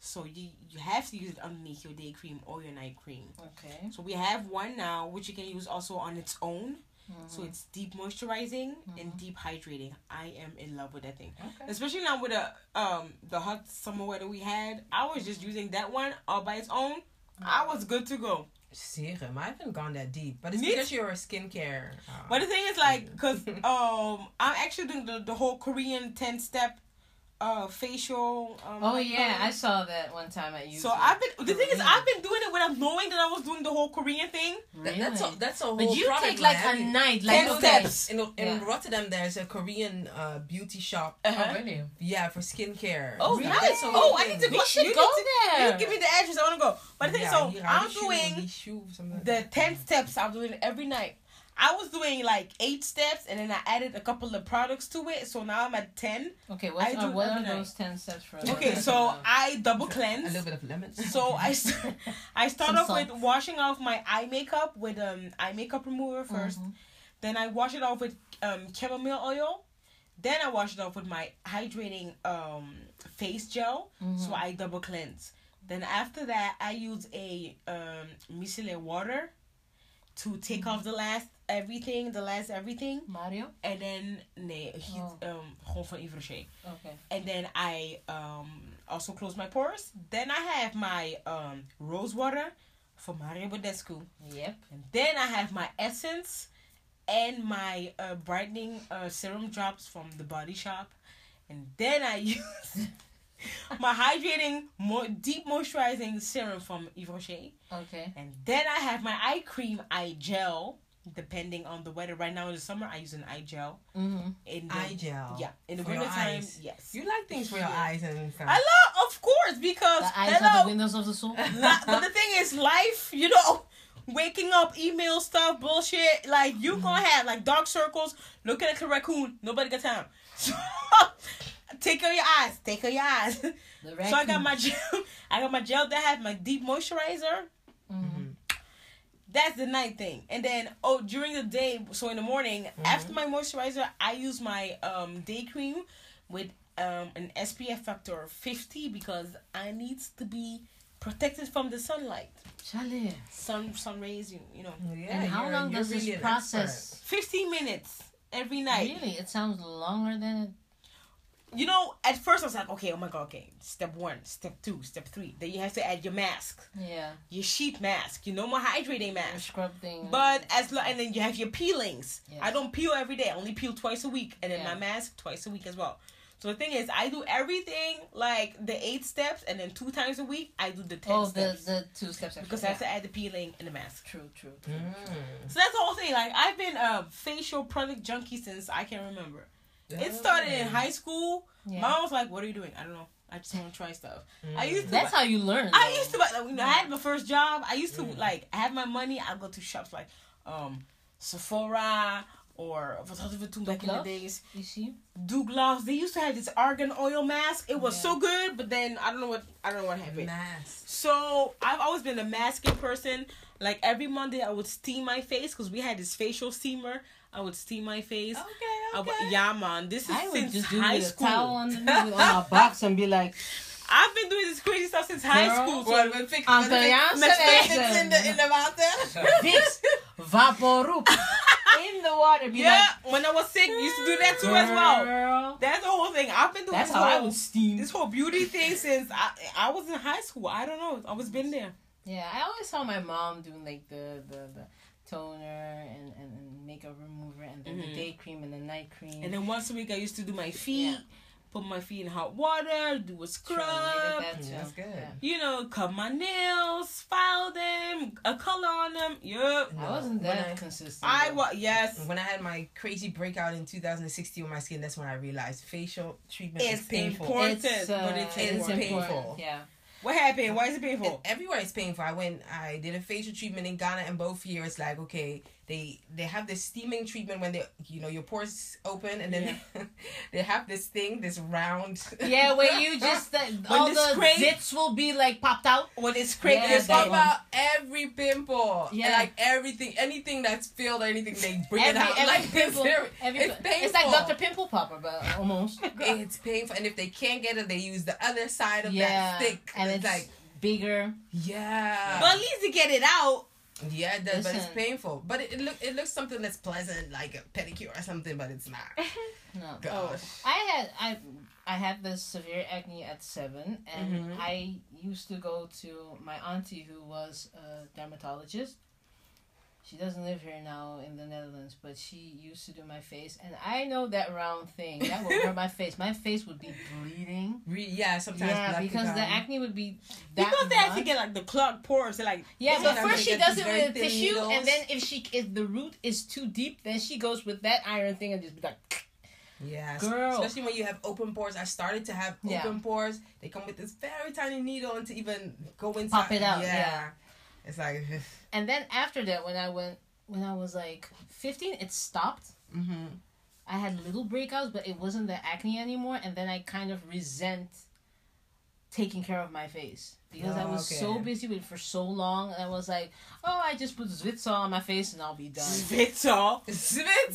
So you you have to use it underneath your day cream or your night cream. Mm-hmm. Okay. So we have one now which you can use also on its own. So it's deep moisturizing and deep hydrating. I am in love with that thing. Okay. Especially now with the um the hot summer weather we had. I was just using that one all by its own. I was good to go. Serum. I haven't gone that deep, but it's Me because you're a skincare. Uh, But the thing is like cuz um I'm actually doing the, the whole Korean 10 step uh facial um Oh what you yeah, call I it? saw that one time at YouTube. so I've been the thing is I've been doing it without knowing that I was doing the whole Korean thing. Th- that's a, Really? that's a whole. But you product take like line. a night, like Ten Ten okay. steps steps. in, in Yeah. Rotterdam. There's a Korean uh, beauty shop. Oh, really? Yeah, for skincare. Oh, Like, nice. that's a whole Oh, I thing. need to go. We should you go need to- there. You give me the address. I want to go. But the thing, Yeah, so yeah, I'm Hishu, doing Hishu, something like the that. ten steps. I'm doing it every night. I was doing like eight steps, and then I added a couple of products to it. So now I'm at ten. Okay, I what do are, what are every night. those ten steps for? Okay, so I double a cleanse. little bit of lemon. So I st- I start Some off salt. with washing off my eye makeup with um eye makeup remover Mm-hmm. 1st Then I wash it off with um chamomile oil. Then I wash it off with my hydrating um face gel. Mm-hmm. So I double cleanse. Then after that, I use a um micellar water to take Mm-hmm. off the last everything, the last everything, Mario. and then nee, heat, Oh. um gewoon van Yves Rocher Okay. and then I um also close my pores. Then I have my um rose water for Mario Badescu. Yep. And then I have my essence and my uh, brightening uh, serum drops from the Body Shop. And then I use my hydrating, mo- deep moisturizing serum from Yves Rocher. Okay. And then I have my eye cream, eye gel, depending on the weather. Right now in the summer, I use an eye gel. Mm-hmm. In the, eye gel. Yeah, in the For your wintertime, eyes. yes. You like things for your Yeah. eyes and stuff. I love, of course, because The eyes are the hello. windows of the soul. Not- but the thing is, life, you know, waking up, email stuff, bullshit. Like you Mm-hmm. gonna have like dark circles. Look at a raccoon. Nobody got time. So, take care of your eyes. Take care of your eyes. The So I got my gel. I got my gel that has my deep moisturizer. Mhm. That's the night thing. And then oh, during the day, so in the morning, after my moisturizer, I use my um day cream with um an SPF factor of 50 because I need to be protected from the sunlight. Chale. Sun sun rays, you, you know. Yeah, And how you're- long you're does really this an process? 15 minutes every night. Really, it sounds longer than. You know, at first I was like, okay, oh my god, okay. Step 1, step 2, step 3. Then you have to add your mask, Yeah. your sheet mask, your normal hydrating The mask. scrub thing. But as lo- and then you have your peelings. Yes. I don't peel every day. I only peel twice a week, and then Yeah. my mask twice a week as well. So the thing is, I do everything like the eight steps, and then two times a week I do the ten oh, the steps the two steps after. because I yeah. have to add the peeling and the mask. True. True. expert. true. Mm. So that's the whole thing. Like I've been a facial product junkie since I can remember. It started in high school. Mm. Yeah. My Mm-hmm. mom was like, "What are you doing?" I don't know. I just want to try stuff. I used to. That's how you learn. I though. used to like when I had my first job. I used to like I had my money. I go to shops like um Sephora or what else we do back in the Douglas? days. You see? Douglas. They used to have this argan oil mask. It was Yeah. so good, but then I don't know what I don't know what happened. Mask. So I've always been a masking person. Like every Monday, I would steam my face because we had this facial steamer. I would steam my face. Okay, I okay. would- yeah, man. This is Oh, I would since just do it high with a school. towel underneath on my box and be like, I've been doing this crazy stuff since high Girl. school. So Well, we fix Aan we de fix- Jaanse we fix lezen. it in the in the water. Vicks, Vaporub, in the water. Be Yeah, when I was sick, used to do that like, too as well. Girl. That's the whole thing. I've been doing That's this how I whole, would steam. this whole beauty thing since I I was in high school. I don't know. It's always been there. Yeah, I always saw my mom doing like the the, the toner and, and, and makeup remover and then Mm-hmm. Mhm. the day cream and the night cream. And then once a week, I used to do my feet, Yeah. put my feet in hot water, do a Sure, I scrub. did that too. That's good. Yeah. You know, cut my nails, file them, a color on them. Yep. No, I wasn't when that I- consistent. I though. was yes. When I had my crazy breakout in 2016 with my skin, that's when I realized facial treatment It's is painful. important. It's, uh, but it's painful. important. Yeah. What happened? Why is it And painful? everywhere it's painful. I went, I did a facial treatment in Ghana, and both years, like, okay, They they have this steaming treatment when they you know your pores open and then they have this thing this round Yeah, where you just the, all the the scrape- zits will be like popped out. When it's crazy, Yeah, They it's that pop like, one. out every pimple. Yeah. And like everything, anything that's filled or anything, they bring Every, it out. every like pimple, It's, every, it's painful. it's like Dr. Pimple Popper, but almost. It's painful. And if they can't get it, they use the other side of yeah, that stick. and it's, like, bigger. yeah. Uh, but at least you get it out. yeah, it does, but it's Listen. painful. But it, it, look, it looks something that's pleasant, like a pedicure or something, but it's not. Oh. No, Gosh. I had I I had the severe acne at seven, and Mhm. I used to go to my auntie who was a dermatologist. She doesn't live here now in the Netherlands, but she used to do my face, and I know that round thing that would hurt my face. My face would be bleeding. Re- yeah, sometimes yeah, black because the become- acne would be that Because they have to much. get like the clogged pores. They're like, Yeah, Yeah, but and first they she get does these it very with a thin tissue, and needles. then if she if the root is too deep, then she goes with that iron thing and just be like. Yeah, s- Girl. Especially when you have open pores. I started to have Yeah. open pores. They come with this very tiny needle and to even go inside. it out, yeah. It's like, And then after that, when I went, when I was like 15, it stopped. Mm-hmm. hmm I had little breakouts, but it wasn't the acne anymore. And then I kind of resent taking care of my face because I Oh, was okay. so busy with it for so long. And I was like, oh, I just put Zwitser on my face and I'll be done. Svitzer. Svitzer!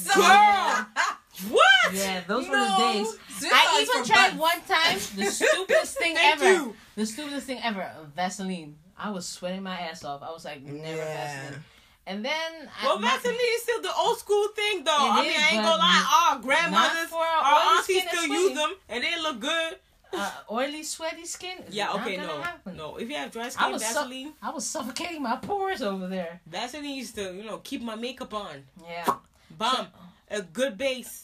Yeah. What? yeah, those were No. the days. Zwitser I is even for tried butts. one time the stupidest thing Thank ever. you. The stupidest thing ever, Vaseline. I was sweating my ass off. I was like, never Yeah. Vaseline. And then Well, my- Vaseline is still the old school thing, though. It I mean, is, I ain't but gonna lie. Our grandmothers, for our, oily aunties skin and still sweaty. use them, and they look good. uh, oily, sweaty skin. is Yeah, not okay, gonna no, happen. no. If you have dry I skin, was su- Vaseline, I was suffocating my pores over there. Vaseline used to, you know, keep my makeup on. Yeah. Bomb, a good base.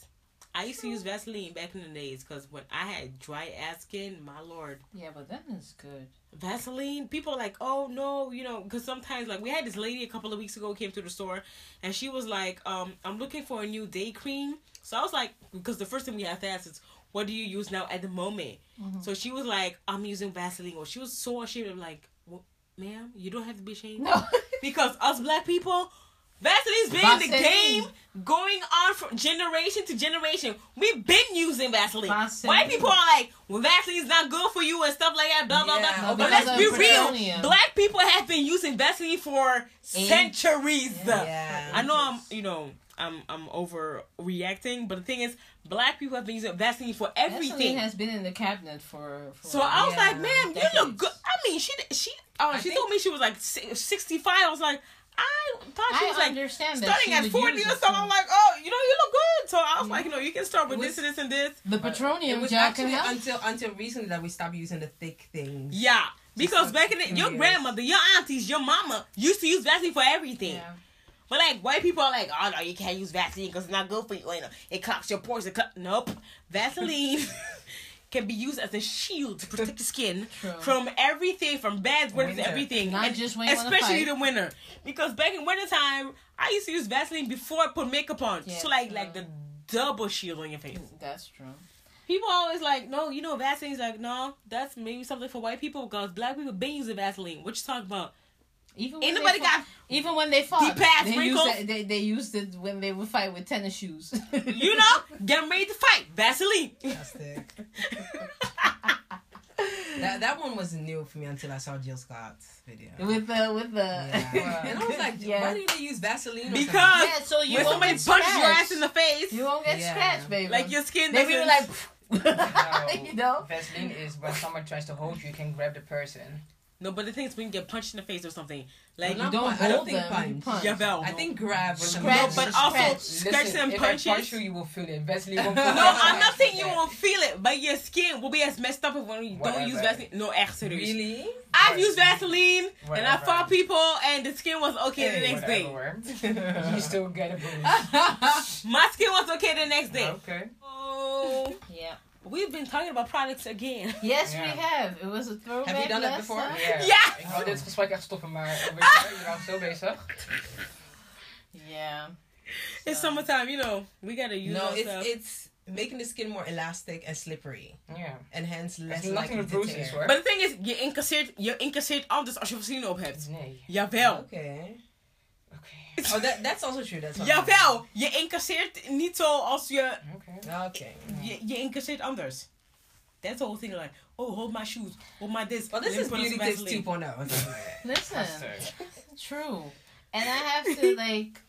I used to use Vaseline back in the days because when I had dry ass skin, my lord, Yeah, but that is good. Vaseline. People are like, oh no, you know, because sometimes like we had this lady a couple of weeks ago came to the store, and she was like, um, I'm looking for a new day cream. So I was like, because the first thing we have to ask is, what do you use now at the moment? So she was like, I'm using Vaseline, or she was so ashamed. I'm like, well, ma'am, you don't have to be ashamed No. because us black people. Vaseline's been in the Vaseline. game going on from generation to generation. We've been using Vaseline. Vaseline. White people are like, well, Vaseline's not good for you and stuff like that, blah, blah, Yeah, blah. no, but because let's of be real. petroleum. Black people have been using Vaseline for centuries. Yeah. I know I'm, you know, I'm I'm overreacting, but the thing is, black people have been using Vaseline for everything. Vaseline has been in the cabinet for. for so I was Yeah, like, ma'am, you decades. look good. I mean, she she uh, I she think- told me she was like si- 65. I was like, I thought she I was like understand that starting she at would 40 or use it something. for- I'm like, oh, you know, you look good. So I was Yeah. like, you know, you can start with It this was- and this and this. The It petroleum was jack can actually help. until until recently that we stopped using the thick thing. Yeah. Because like back in the your years. grandmother, your aunties, your mama used to use Vaseline for everything. Yeah. But like white people are like, oh no, you can't use Vaseline because it's not good for you. You know, it clogs your pores. It cl-. Nope, Vaseline can be used as a shield to protect the skin True. from everything, from bad weather to Winter. everything, Not and just when you wanna especially fight. the winter. Because back in winter time, I used to use Vaseline before I put makeup on, Yeah, so like true. like the double shield on your face. That's true. Mm. People always like, no, you know, Vaseline's like, no, that's maybe something for white people because black people been using Vaseline. What you talking about? Even Ain't when nobody they fought- got Even when they fought, deep-ass they used, wrinkles. it, they, they used it when they would fight with tennis shoes. you know, get ready to fight, Vaseline. That's thick. that that one was new for me until I saw Jill Scott's video. with the with the. Yeah. and I was like, uh, Yeah. why do they use Vaseline? or Because- something? Yeah, so you when won't somebody get punches your ass in scratched. the face, You won't get Yeah. scratched, baby. like your skin. They were doesn't- like, No. you know. Vaseline is when someone tries to hold you, you can grab the person. no, but the thing is, when you get punched in the face or something, like Well, You not don't punch. I don't hold think them. You punch. punch. your bell. I think grab was the Scratch. no, most- but also Scratch. scratches Listen, and if punches. I punch you, you will feel it. Vaseline won't feel no, it. I'm not saying you won't feel it, but your skin will be as messed up as when you don't use Whatever. Vaseline. No, actually, Really? I've used Vaseline and I Whatever. fought people, and the skin was okay the Hey, next day. Whatever. you still get a bruise. My skin was okay the next day. Okay. Oh, Yeah. we've been talking about products again. Yes, Yeah. we have. It was a throwback. Have you done that last before? time. Ja. Ja. Ik wou dit gesprek echt stoppen, maar eh, weet je, je bent zo bezig. Yeah. It's summertime, you know. We gotta use no, our it's stuff. it's making the skin more elastic and slippery, Ja. and hence Het less is nothing likely with to bruises, tear. hoor. Maar de thing is, je incasseert, je incasseert anders als je Vaseline op hebt. Nee. Jawel. Okay. Okay. Oh, that, that's also true. That's what I'm Jawel, je incasseert niet zo als je Okay. doing. Okay. je, je incasseert anders. That's the whole thing like, oh hold my shoes, hold my this. Well, this let me is put on beauty some tips oh. 2.0. Vaseline. Listen, Sorry. true. And I have to like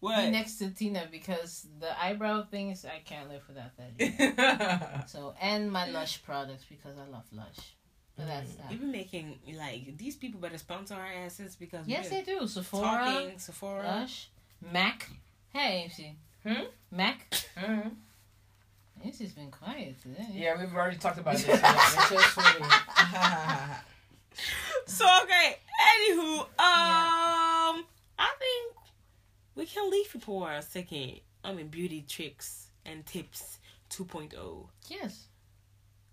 What? be next to Tina because the eyebrow thing is I can't live without that. so and my Lush products because I love Lush. But that's that. You've been making like these people better sponsor our asses because Yes, we're they do. Sephora, talking Sephora. Lush, Mac. Hey, AMC. Hmm? Mac. Mhm. AMC's been quiet today. Yeah, we've already talked about this. Yeah, it's just swimming. So okay. Anywho, um, I think we can leave you for a second. I mean, beauty tricks and tips oh. 2.0. Yes.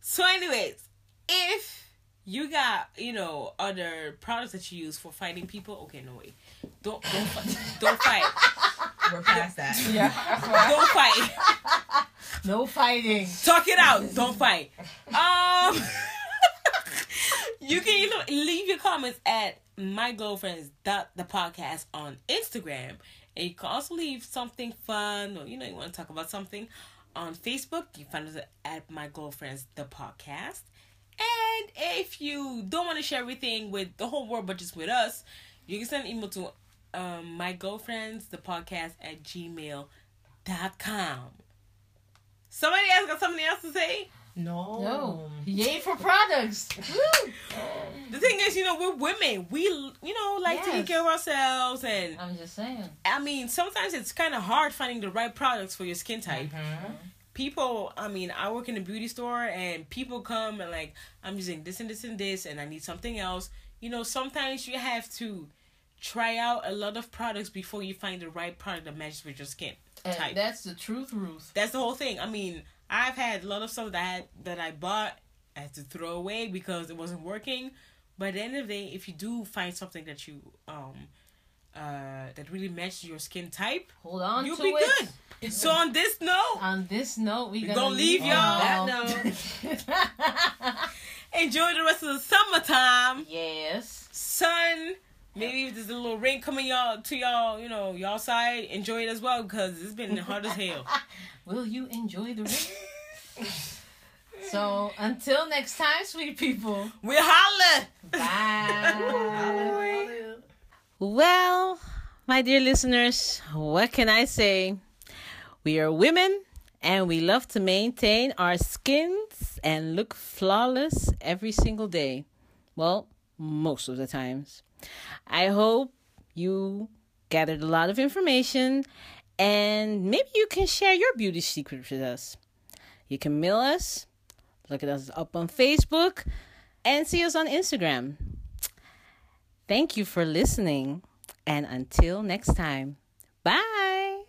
So, anyways, if you got you know other products that you use for fighting people, okay, no way, don't don't fight, don't fight, We're past that. Yeah. don't fight. No fighting. Talk it out. Don't fight. Um, you can either leave your comments at my girlfriends dot the podcast on Instagram, and you can also leave something fun or you know you want to talk about something on Facebook. You find us at my girlfriends the podcast. And if you don't want to share everything with the whole world, but just with us, you can send an email to um, my girlfriends the podcast at gmail.com. Somebody else got something else to say? No. Oh. No. Yay for products. Woo. The thing is, you know, we're women. We, you know, like to Yes. take care of ourselves. And I'm just saying. I mean, sometimes it's kind of hard finding the right products for your skin type. People, I mean, I work in a beauty store and people come and like, I'm using this and this and this and I need something else. You know, sometimes you have to try out a lot of products before you find the right product that matches with your skin And type. that's the truth, Ruth. that's the whole thing. I mean, I've had a lot of stuff that I had, that I bought I had to throw away because it wasn't working. But at the end of the day, if you do find something that you um uh that really matches your skin type, Hold on you'll to be it. good. So on this note, On this note, we We gonna, gonna leave y'all. y'all. enjoy the rest of the summertime. yes. Sun, maybe if there's a little rain coming y'all to y'all, you know, y'all side, enjoy it as well because it's been hard as hell. Will you enjoy the rest? so until next time, sweet people. We holla. Bye. Well, my dear listeners, what can I say? We are women and we love to maintain our skins and look flawless every single day. Well, most of the times. I hope you gathered a lot of information and maybe you can share your beauty secrets with us. You can mail us, look at us up on Facebook, and see us on Instagram. Thank you for listening, and until next time, bye.